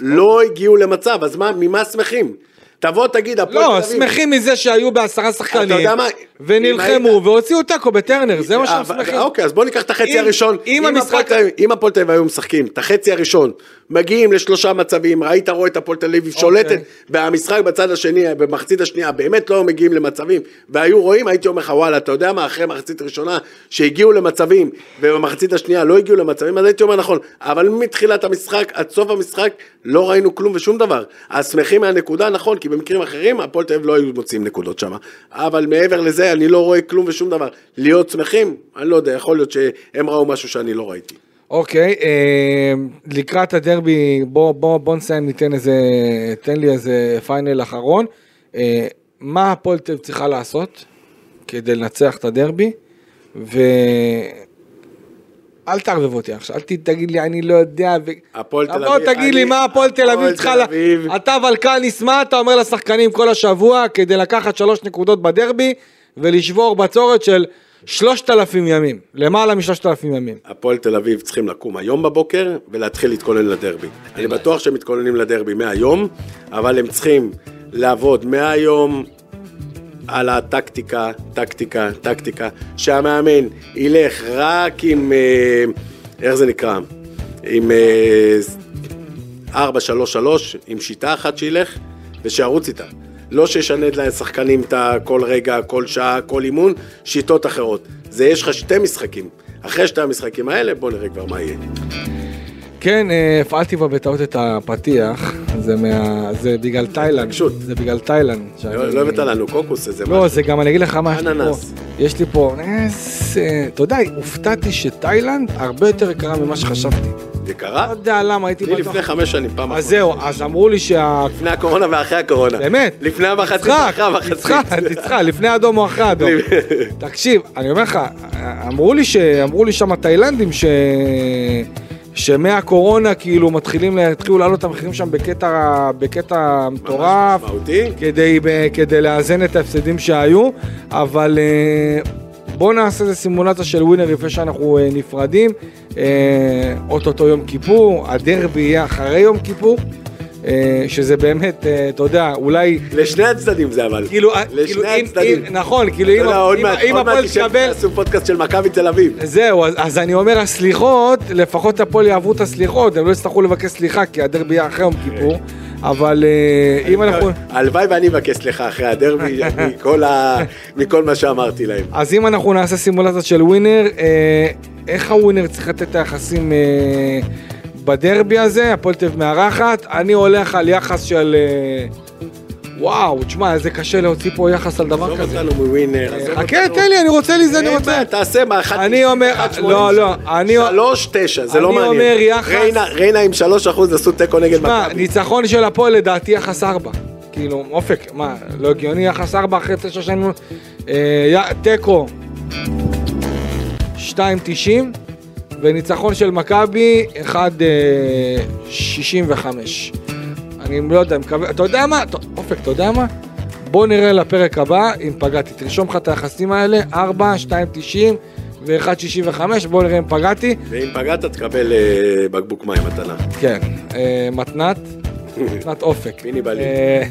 C: לא הגיעו למצב, אז מה, ממה שמחים? תבוא, תגיד, הפועל תל
B: לא,
C: אביב...
B: שמחים מזה שהיו בעשרה
C: אתה
B: שחקנים,
C: יודע מה, אם
B: ונלחמו,
C: היית-
B: והוציאו תיקו בטרנר, זה מה שהם
C: אבל-
B: שמחים.
C: אוקיי, אז בוא ניקח את החצי
B: אם-
C: הראשון.
B: אם המשחק-
C: הפועל תל אביב- אם הפועל תל אביב היו משחקים את החצי הראשון, מגיעים לשלושה מצבים, ראית רואה את הפועל תל אביב שולטת, והמשחק בצד השני, במחצית השנייה, באמת לא מגיעים למצבים, והיו רואים, הייתי אומר לך, וואלה, אתה יודע מה, אחרי מחצית ראשונה, שהגיעו למצבים, ובמחצית השנייה לא הגיעו למצבים, אז הייתי אומר נכון, אבל מתחילת המשחק עד סוף המשחק, לא ראינו כלום ושום דבר. אז שמחים מהנקודה, נכון, כי במקרים אחרים, הפועל תל אביב לא היו מוצאים נקודות שם. אבל מעבר לזה, אני לא רואה כלום ושום דבר. להיות שמחים, אני לא יודע, יכול להיות שהם ראו משהו שאני לא ראיתי.
B: אוקיי, אה, לקראת הדרבי, בוא, בוא, בוא נסיים, ניתן איזה, תן לי איזה פיינל אחרון. אה, מה הפועל תל אביב צריכה לעשות כדי לנצח את הדרבי? ואל תערבב אותי עכשיו, אל ת- תגיד לי, אני לא יודע. ו...
C: הפועל תל
B: תבוא
C: אביב-
B: תגיד לי
C: אני-
B: מה הפועל תל אביב
C: הפועל
B: צריכה,
C: תל
B: לה-
C: אביב-
B: אתה ולקניס, מה אתה אומר לשחקנים כל השבוע כדי לקחת שלוש נקודות בדרבי ולשבור בצורת של שלושת אלפים ימים, למעלה משלושת אלפים ימים.
C: הפועל תל אביב צריכים לקום היום בבוקר ולהתחיל להתכונן לדרבי. אני בטוח שהם מתכוננים לדרבי מהיום, אבל הם צריכים לעבוד מהיום על הטקטיקה, טקטיקה, טקטיקה, שהמאמן ילך רק עם, אה, איך זה נקרא? עם אה, 4-3-3 עם שיטה אחת שילך ושירוץ איתה. לא שישנה לשחקנים את ה- כל רגע, כל שעה, כל אימון, שיטות אחרות. זה יש לך שתי משחקים. אחרי שתי המשחקים האלה, בוא נראה כבר מה יהיה.
B: כן, אה, הפעלתי כבר בטעות את הפתיח, זה מה... זה בגלל תאילנד.
C: התרגשות.
B: זה בגלל תאילנד. שאני-
C: לא לא הבאת לנו קוקוס איזה
B: אה, לא,
C: משהו.
B: זה גם, אני אגיד לך מה, יש לי פה,
C: אננס.
B: יש לי פה, איזה, אתה יודע, הופתעתי שתאילנד הרבה יותר יקרה ממה שחשבתי.
C: זה
B: לא
C: קרה?
B: יודע למה, הייתי
C: לי
B: בטוח.
C: לפני חמש שנים, פעם
B: אז
C: אחת.
B: אה, זהו, אז אמרו לי שה...
C: לפני הקורונה ואחרי הקורונה.
B: באמת.
C: לפני המחצית,
B: תצחק,
C: אחרי המחצית.
B: תצחק, תצחק, לפני האדום או אחרי האדום. תקשיב, אני אומר לך, אמרו לי, ש... אמרו לי שם התאילנדים ש... שמהקורונה כאילו מתחילים, לה- התחילו לעלות את המחירים שם בקטע, בקטע מטורף,
C: משמעותי.
B: כדי, ב- כדי לאזן את ההפסדים שהיו, אבל אה, בואו נעשה איזה סימולציה של ווינר לפני שאנחנו אה, נפרדים. אה, אוטוטו יום כיפור, הדרבי יהיה אחרי יום כיפור, אה, שזה באמת, אה, אתה יודע, אולי...
C: לשני הצדדים זה אבל.
B: כאילו, כאילו,
C: לשני
B: אם-
C: הצדדים.
B: אם- נכון, כאילו,
C: אתה יודע,
B: אם-
C: עוד
B: אם-
C: מעט-
B: אם
C: עוד מעט
B: הפועל
C: תשב
B: תקבל...
C: תעשו פודקאסט של מכבי תל אביב.
B: זהו, אז, אז אני אומר הסליחות, לפחות הפועל יעברו את הסליחות, הם לא יצטרכו לבקש סליחה, כי הדרבי יהיה
C: כן.
B: אחרי יום כיפור, אבל אה, אם אנחנו...
C: הלוואי ואני אבקש סליחה אחרי הדרבי, מכל ה- מכל מה שאמרתי להם.
B: אז אם אנחנו נעשה סימולציה של ווינר, אה, איך הווינר צריך לתת את היחסים אה, בדרבי הזה, הפועל תל אביב מארחת, אני הולך על יחס של... אה, וואו, תשמע, זה קשה להוציא פה יחס על דבר
C: עזוב
B: כזה.
C: אותנו מווינר, עזוב
B: חכה,
C: אותנו.
B: תן לי, אני רוצה לי זה, אני
C: אין
B: רוצה...
C: בעיה, תעשה מה, אחת...
B: אני אומר- לא, לא, אני-
C: שלוש, תשע, זה לא
B: אני
C: מעניין.
B: אומר יחס-
C: ריינה- ריינה עם שלוש אחוז עשו תיקו נגד
B: תשמע,
C: מכבי.
B: ניצחון של הפועל לדעתי יחס ארבע. כאילו, אופק, מה, לא הגיוני יחס ארבע אחרי תשע שנים? אה, י- תיקו, 2.90, וניצחון של מכבי, 1.65. אני לא יודע, מקווה, אתה יודע מה? ת- אופק, אתה יודע מה? בוא נראה לפרק הבא, אם פגעתי. תרשום לך את היחסים האלה, 4, 2.90 ו-1.65, בוא נראה אם פגעתי.
C: ואם פגעת תקבל אה, בקבוק מים מתנה.
B: כן, אה, מתנת, מתנת אופק.
C: פיני בלי.
B: אה,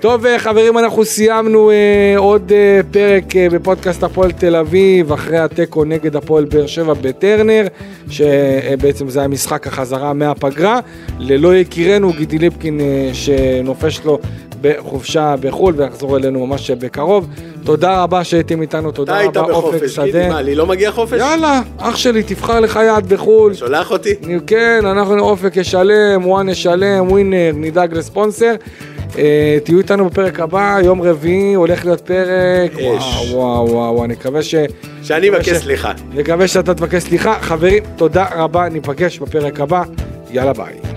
B: טוב, אה, חברים, אנחנו סיימנו אה, עוד אה, פרק אה, בפודקאסט הפועל תל אביב, אחרי התיקו נגד הפועל באר שבע בטרנר, שבעצם זה היה משחק החזרה מהפגרה, ללא יקירנו גידי ליפקין אה, שנופש לו בחופשה בחו"ל ויחזור אלינו ממש בקרוב. תודה רבה שהייתם איתנו,
C: אתה
B: תודה
C: היית
B: רבה, אופק
C: בחופש, גידי, מה,
B: שדה.
C: לי לא מגיע חופש?
B: יאללה, אח שלי, תבחר לך יעד בחו"ל.
C: שולח אותי?
B: אני- כן, אנחנו אופק ישלם, וואן ישלם, ווינר, נדאג לספונסר. אה, תהיו איתנו בפרק הבא, יום רביעי, הולך להיות פרק,
C: אש.
B: וואו וואו וואו, אני מקווה ש...
C: שאני
B: מקווה
C: מבקש
B: ש-
C: סליחה.
B: מקווה שאתה תבקש סליחה. חברים, תודה רבה, ניפגש בפרק הבא, יאללה ביי.